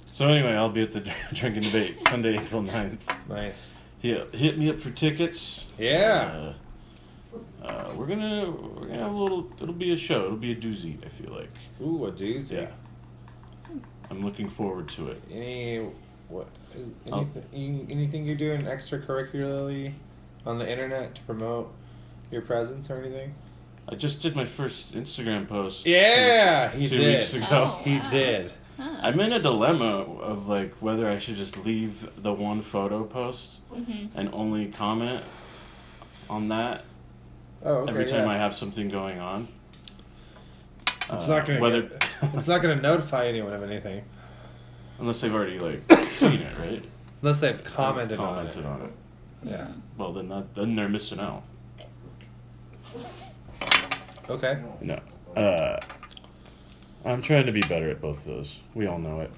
S2: So anyway, I'll be at the Drink and Debate Sunday, April 9th.
S1: Nice.
S2: Hit, hit me up for tickets.
S1: Yeah.
S2: Uh, uh, we're gonna we're gonna have a little. It'll be a show. It'll be a doozy. I feel like.
S1: Ooh, a doozy.
S2: Yeah. I'm looking forward to it.
S1: Any what is
S2: Oh.
S1: anything, any- anything you're doing extracurricularly on the internet to promote your presence or anything?
S2: I just did my first Instagram post. two-
S1: Yeah,
S2: two,
S1: he did.
S2: weeks ago.
S4: Oh.
S1: He
S4: Wow.
S1: did.
S4: Huh.
S2: I'm in a dilemma of like whether I should just leave the one photo post
S4: Mhm.
S2: and only comment on that
S1: Oh, okay,
S2: every time
S1: yeah.
S2: I have something going on.
S1: It's
S2: Uh,
S1: not gonna.
S2: whether
S1: get- it's not gonna notify anyone of anything
S2: unless they've already like seen it, right?
S1: unless they've commented,
S2: commented
S1: on
S2: on
S1: it.
S2: it.
S1: Yeah.
S2: Well, then that, then they're missing out.
S1: Okay.
S6: No. Uh, I'm trying to be better at both of those. We all know it.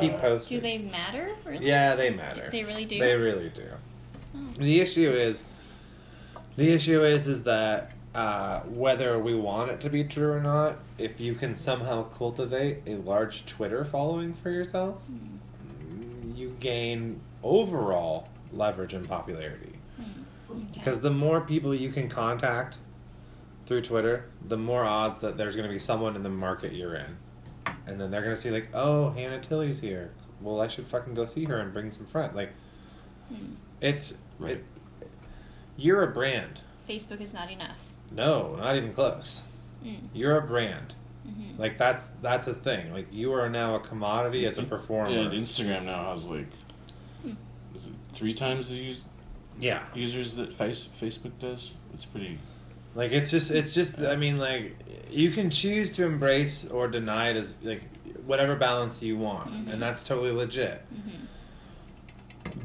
S1: he
S6: Uh,
S1: posted.
S4: Do they matter? Really?
S1: Yeah, they matter.
S4: They really do? Mm.
S1: They really do. The issue is, the issue is, is that uh, whether we want it to be true or not, if you can somehow cultivate a large Twitter following for yourself, you gain overall leverage and popularity.
S4: Mm. Okay.
S1: Because the more people you can contact through Twitter, the more odds that there's going to be someone in the market you're in. And then they're going to see, like, oh, Hannah Tilly's here. Well, I should fucking go see her and bring some friends. Like,
S4: Mm.
S1: it's.
S2: Right.
S1: It, you're a brand.
S4: Facebook is not enough.
S1: No, not even close.
S4: Mm.
S1: You're a brand.
S4: Mhm.
S1: Like that's that's a thing. Like you are now a commodity as a performer.
S2: Yeah, and Instagram now has like is it three times the us-
S1: yeah.
S2: users that face, Facebook does. It's pretty.
S1: Like it's just it's just I mean like you can choose to embrace or deny it as like whatever balance you want and that's totally legit.
S4: Mm-hmm.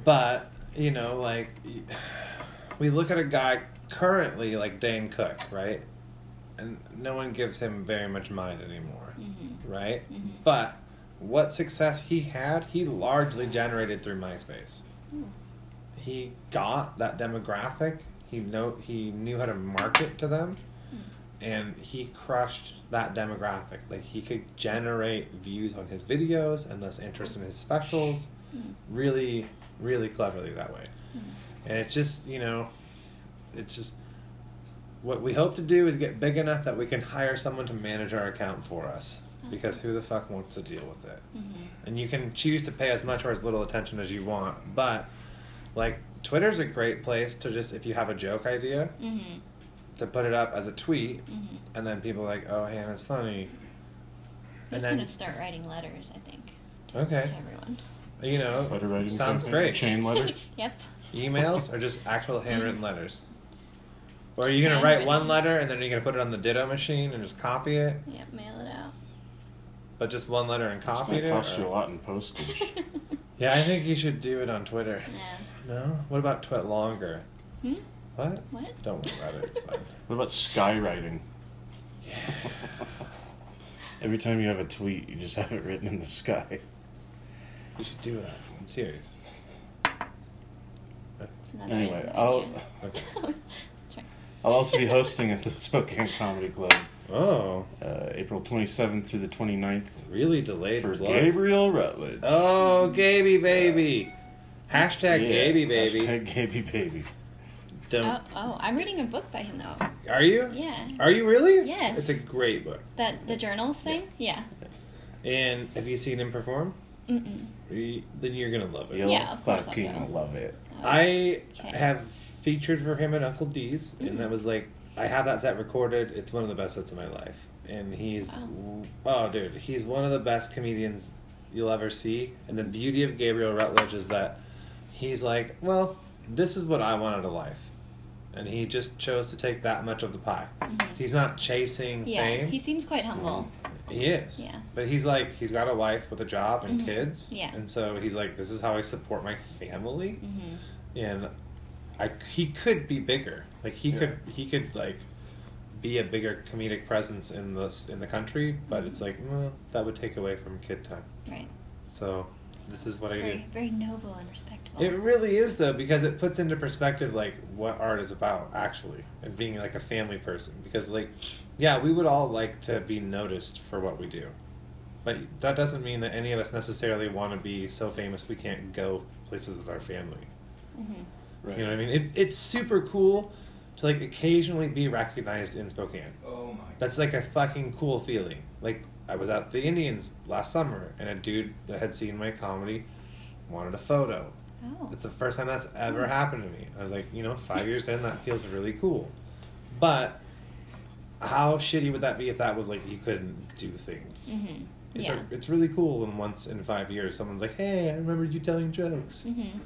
S1: But, you know, like y- we look at a guy currently like Dane Cook, right? And no one gives him very much mind anymore,
S4: Mm-hmm.
S1: right? But what success he had, he largely generated through MySpace he got that demographic. He know he knew how to market to them,
S4: Mm.
S1: and he crushed that demographic. Like he could generate views on his videos and thus interest in his specials,
S4: Mm.
S1: really, really cleverly that way. And it's just you know, it's just what we hope to do is get big enough that we can hire someone to manage our account for us. Because who the fuck wants to deal with it?
S4: Mm-hmm.
S1: And you can choose to pay as much or as little attention as you want, but like Twitter's a great place to just if you have a joke idea
S4: Mhm.
S1: to put it up as a tweet,
S4: Mhm.
S1: and then people are like, oh, Hannah's funny. And
S4: Who's
S1: then-
S4: gonna start writing letters? I think
S1: Okay,
S4: to everyone.
S1: you
S2: Letter
S1: know,
S2: writing
S1: Oh, sounds
S2: campaign,
S1: great.
S2: Chain letter.
S4: Yep.
S1: Emails are just actual handwritten letters. Or are
S4: Just
S1: you gonna write
S4: handwritten.
S1: one letter and then you're gonna put it on the ditto machine and just copy it,
S4: Yep. Mail it out.
S1: but just one letter and
S2: It's
S1: copy
S2: gonna
S1: it?
S2: cost you a
S1: or-
S2: lot in postage.
S1: Yeah, I think you should do it on Twitter.
S4: Yeah.
S1: No, what about Twit longer?
S4: Hmm?
S1: What?
S4: What?
S1: Don't worry about it. It's fine.
S2: what about skywriting?
S6: Every time you have a tweet, you just have it written in the sky.
S1: You should do that. I'm serious.
S4: It's another
S6: Anyway,
S4: idea.
S6: I'll
S1: Okay.
S4: That's right.
S6: I'll also be hosting at the Spokane Comedy Club,
S1: Oh,
S6: uh, April 27th through the 29th
S1: really delayed
S6: for
S1: plug.
S6: Gabriel Rutledge.
S1: Oh, Gaby baby. Hashtag
S6: Yeah,
S1: Gaby baby.
S6: Hashtag Gaby baby.
S1: Dum-
S4: Oh, oh, I'm reading a book by him though.
S1: Are you?
S4: Oh. Yeah.
S1: Are you really?
S4: Yes.
S1: It's a great book.
S4: That the journals thing. Yeah.
S1: And have you seen him perform?
S4: Mm-mm.
S1: Y- Then you're gonna love it.
S6: You'll
S4: Yeah, of course I'll Oh.
S6: fucking
S4: go.
S6: love it.
S1: I
S4: Okay. Mm-hmm.
S1: have featured for him at Uncle D's, and that was like I have that set recorded. It's one of the best sets of my life, and he's oh. dude, he's one of the best comedians you'll ever see. And the beauty of Gabriel Rutledge is that he's like, well, this is what I want out of life, and he just chose to take that much of the pie. He's not chasing
S4: Mm-hmm. Yeah.
S1: fame.
S4: He seems quite humble.
S1: He is.
S4: Yeah. Mm-hmm.
S1: But he's like, he's got a wife with a job and kids.
S4: Yeah.
S1: And so he's like, this is how I support my family.
S6: Mm-hmm.
S4: Mm-hmm.
S1: And I, he could be bigger. Like he could, he could like be a bigger comedic presence in this in the country, but it's like well, that would take away from kid time.
S4: Right.
S1: So this is what I
S4: It's very,
S1: do.
S4: very noble and respectable.
S1: It really is though, because it puts into perspective like what art is about actually, and being like a family person. Because like, yeah, we would all like to be noticed for what we do, but that doesn't mean that any of us necessarily want to be so famous we can't go places with our family.
S4: Mhm.
S2: Right.
S1: You know what I mean? It, it's super cool to like occasionally be recognized in Spokane.
S3: Oh my
S1: That's like a fucking cool feeling. Like I was at the Indians last summer, and a dude that had seen my comedy wanted a photo.
S4: Oh.
S1: It's the first time that's ever happened to me. I was like, you know, five years in, that feels really cool. But how shitty would that be if that was like you couldn't do things?
S4: Mm-hmm.
S1: It's,
S4: yeah.
S1: a, it's really cool when once in five years someone's like, hey, I remember you telling jokes.
S4: mm-hmm.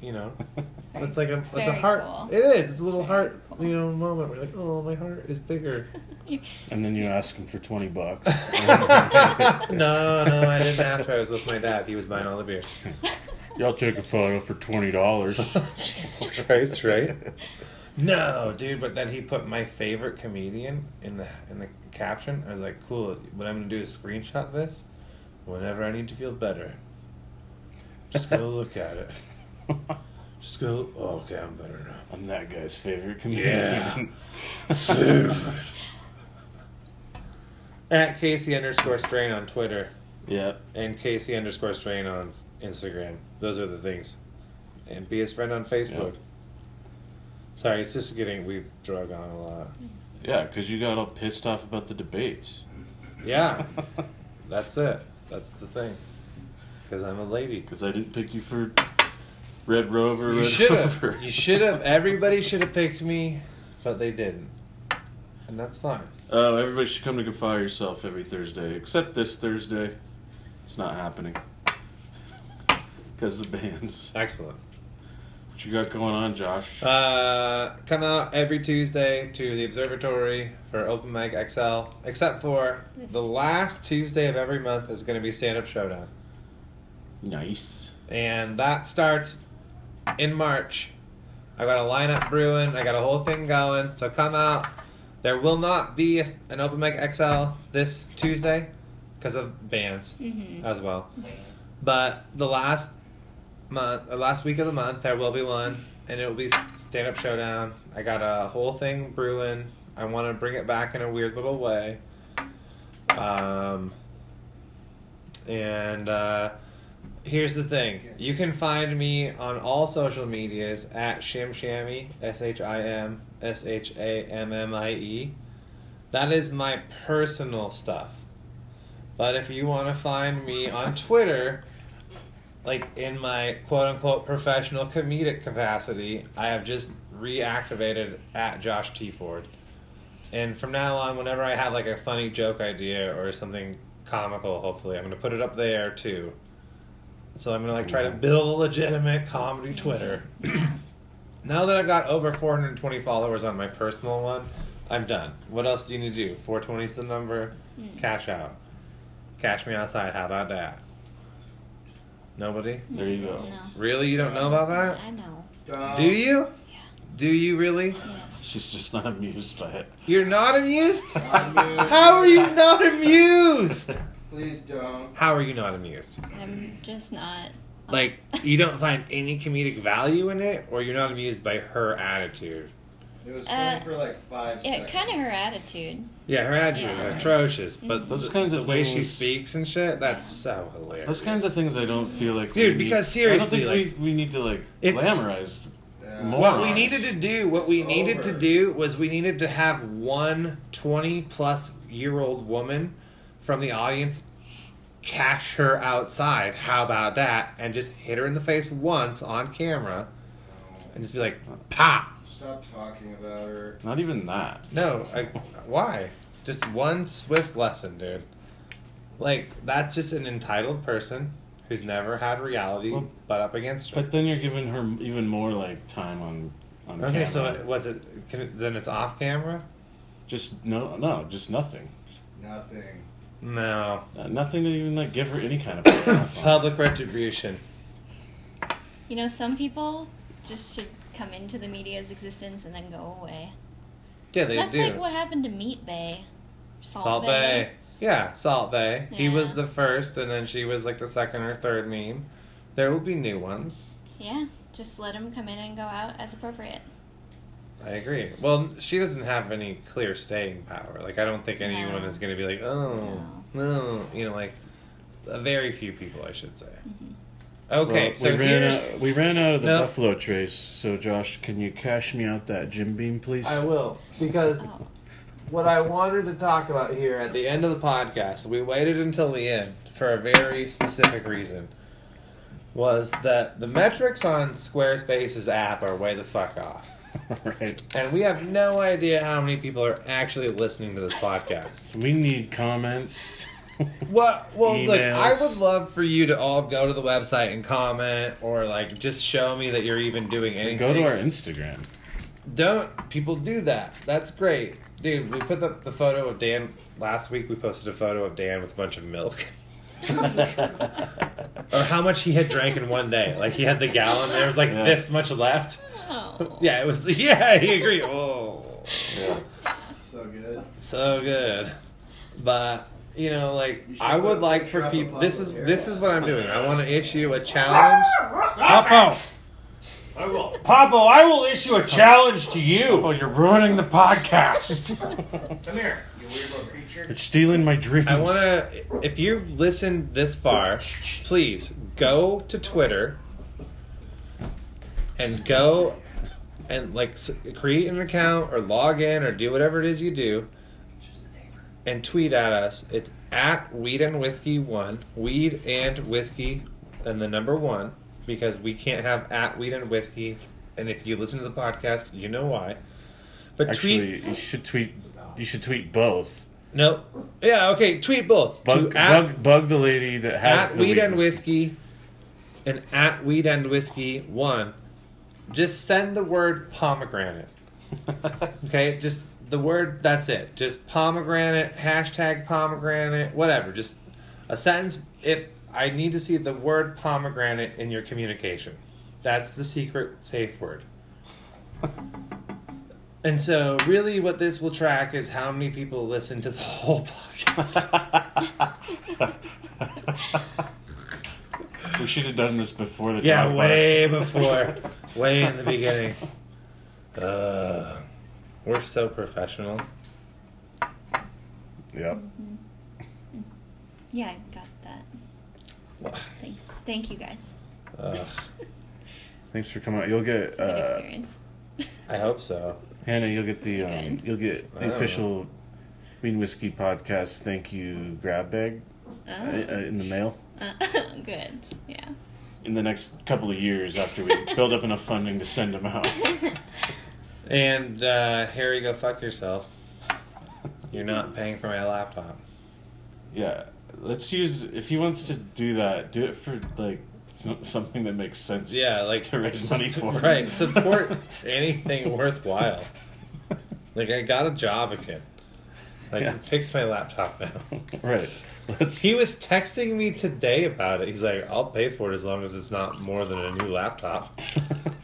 S1: You know,
S4: very-
S1: it's like a
S4: it's
S1: it's a
S4: very
S1: heart.
S4: cool.
S1: It is. It's a little heart,
S4: cool.
S1: you know, moment where you're like, oh, my heart is bigger.
S6: And then you ask him for 20 bucks.
S1: no, no, I didn't have to. I was with my dad. He was buying all the beer.
S6: Y'all take a photo for $20.
S1: Jesus Christ, right? No, dude. But then he put my favorite comedian in the in the caption. I was like, cool. What I'm gonna do is screenshot this. Whenever I need to feel better, just go look at it. Just go. "Oh, okay, I'm better now.
S2: I'm that guy's favorite comedian.
S1: Yeah. At Casey underscore strain on Twitter
S2: Yep.
S1: and Casey underscore strain on Instagram. Those are the things. And be his friend on Facebook.
S2: Yeah.
S1: Sorry, it's just getting we've drug on a lot.
S2: Yeah, because you got all pissed off about the debates.
S1: Yeah, that's it. That's the thing. Because I'm a lady.
S2: Because I didn't pick you for Red Rover.
S1: You
S2: Red
S1: should
S2: Rover.
S1: have. You should have. Everybody should have picked me, but they didn't, and that's fine.
S2: Oh, everybody should come to Confide Yourself every Thursday, except this Thursday. It's not happening. Because of bands.
S1: Excellent.
S2: What you got going on, Josh?
S1: Uh, come out every Tuesday to the Observatory for Open Mic XL, except for
S4: This
S1: the last Tuesday of every month is going to be Stand Up Showdown.
S2: nice.
S1: and that starts in March. I got a lineup brewing. I got a whole thing going. So come out. There will not be a s an open mic XL this Tuesday because of bands
S4: Mhm.
S1: as well. But the last month, the last week of the month, there will be one, and it will be stand up showdown. I got a whole thing brewing. I want to bring it back in a weird little way. Um, and uh, here's the thing: you can find me on all social medias at Shimshammy, S H I M S H A M M I E. That is my personal stuff. But if you want to find me on Twitter, like in my quote unquote professional comedic capacity, I have just reactivated at Josh T Ford. And from now on, whenever I have like a funny joke idea or something comical, hopefully, I'm going to put it up there too. So I'm going to like try to build a legitimate comedy Twitter. now that I've got over 420 followers on my personal one, I'm done. What else do you need to do? 420 is the number.
S4: Mm-hmm.
S1: Cash out. Cash me outside. How about that? Nobody?
S2: There you go.
S4: No.
S1: Really? You don't know about that?
S4: I know.
S1: Do you? Do you really?
S2: She's just not amused by it.
S1: You're not amused?
S7: Please
S1: How are you not amused?
S7: don't.
S1: How are you not amused?
S4: I'm just not. um,
S1: Like, you don't find any comedic value in it, or you're not amused by her attitude?
S7: It was
S4: funny Uh,
S7: for like five
S4: Yeah, kind of her attitude.
S1: Yeah, her attitude
S4: Yeah.
S1: is atrocious, but
S2: Those
S1: the,
S2: kinds
S1: the
S2: of
S1: way she
S2: things-
S1: speaks and shit, that's so hilarious.
S2: Those kinds of things I don't feel like.
S1: Dude,
S2: we
S1: because
S2: need, I
S1: seriously,
S2: don't think we, we need to like
S1: It-
S2: glamorize. More-
S1: What we needed to do, what we
S7: It's
S1: needed to
S7: over.
S1: do was we needed to have one 20 plus year old woman from the audience cash her outside. How about that? And just hit her in the face once on camera and just be like, pop.
S7: Stop talking about her.
S2: Not even that.
S1: No, I, why? Just one swift lesson, dude. Like, that's just an entitled person who's never had reality
S2: Well,
S1: butt up against her.
S2: But then you're giving her even more like time on on
S1: okay,
S2: camera.
S1: so what's it? Can it then it's off camera?
S2: just no, no, just nothing.
S7: Nothing.
S1: No.
S2: Uh, nothing to even like give her any kind of payoff on.
S1: Public retribution.
S4: You know, some people just should come into the media's existence and then go away.
S1: Yeah,
S4: So
S1: they
S4: that's
S1: do.
S4: like what happened to Meat Bay.
S1: Salt, Bay. Yeah, Salt Bay. He
S4: Yeah.
S1: was the first, and then she was like the second or third meme. There will be new ones.
S4: Yeah, just let them come in and go out as appropriate.
S1: I agree. Well, she doesn't have any clear staying power. Like, I don't think anyone
S4: No.
S1: is going to be like, oh, no. You know, like, uh, very few people, I should say.
S4: Mm-hmm.
S1: Okay,
S6: Well,
S1: so
S6: we ran
S1: here's-
S6: out, we ran out of the
S1: No.
S6: buffalo trace. So Josh, can you cash me out that Jim Beam, please?
S1: I will because
S4: Oh.
S1: what I wanted to talk about here at the end of the podcast, we waited until the end for a very specific reason. Was that the metrics on Squarespace's app are way the fuck off.
S6: right.
S1: And we have no idea how many people are actually listening to this podcast.
S6: We need comments.
S1: What? Well, look, I
S6: Emails.
S1: would love for you to all go to the website and comment, or like just show me that you're even doing anything.
S6: Go to our Instagram.
S1: Don't people do that? That's great, dude. We put up the photo of Dan last week. We posted a photo of Dan with a bunch of milk, or how much he had drank in one day. Like he had the gallon. There was like
S6: Yeah.
S1: this much left.
S4: Oh.
S1: Yeah, it was. Yeah, he agreed. Oh,
S7: So good.
S1: so good. But you know, like
S7: You should
S1: I would
S7: put
S1: like
S7: a
S1: for
S7: trap
S1: people.
S7: upon
S1: This
S7: them
S1: is
S7: here.
S1: this is what I'm doing. I want to issue a challenge.
S3: I will, Pablo. I will issue a challenge to you.
S2: Oh, you're ruining the podcast.
S3: Come here, you weird little creature.
S6: It's stealing my dreams.
S1: I want to. If you've listened this far, please go to Twitter and go and like s- create an account or log in or do whatever it is you do and tweet at us. It's at Weed and Whiskey One, Weed and Whiskey, and the number one because we can't have at Weed and Whiskey. And if you listen to the podcast, you know why. But tweet
S6: Actually, you should tweet. You should tweet both.
S1: no, yeah, okay, tweet both
S6: Bug,
S1: to at
S6: bug, bug the lady that has
S1: at
S6: the
S1: Weed and
S6: whiskey.
S1: Whiskey and at Weed and Whiskey one. Just send the word pomegranate. okay, just the word. That's it. Just pomegranate hashtag pomegranate whatever. Just a sentence. If I need to see the word pomegranate in your communication, that's the secret safe word. And so, really, what this will track is how many people listen to the whole podcast.
S2: we should have done this before the
S1: Yeah,
S2: dog
S1: way
S2: barked.
S1: before, way in the beginning. Uh, we're so professional.
S6: Yep.
S4: Mm-hmm. Mm. Yeah, I got that. Thank, thank you guys.
S1: Ugh,
S6: Thanks for coming out. You'll get
S4: It's a good
S6: uh,
S4: experience.
S1: I hope so.
S6: Hannah. You'll get the um,
S4: Good.
S6: you'll get
S1: Oh.
S6: the official Weed and Whiskey podcast. Thank you grab bag
S4: Oh,
S6: uh, uh, in the mail
S4: uh, good. Yeah.
S2: in the next couple of years after we build up enough funding to send them out.
S4: Mm-hmm.
S1: And uh, Harry, go fuck yourself. You're not paying for my laptop.
S2: Yeah, let's use if he wants to do that, do it for like s- something that makes sense.
S1: Yeah, like
S2: to raise money for.
S1: Right, support anything worthwhile. Like I got a job again. Like
S6: Yeah.
S1: fix my laptop now.
S6: Right. Let's.
S1: He was texting me today about it. He's like, "I'll pay for it as long as it's not more than a new laptop."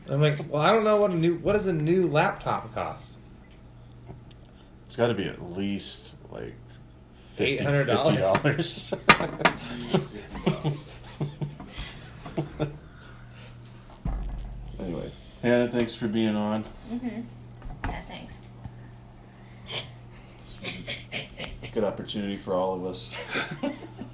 S1: I'm like, well, I don't know what a new what does a new laptop cost?
S2: it's got to be at least like
S1: Eight hundred dollars.
S2: dollars. anyway, Hannah, thanks for being on.
S4: Yeah, thanks.
S2: Good opportunity for all of us.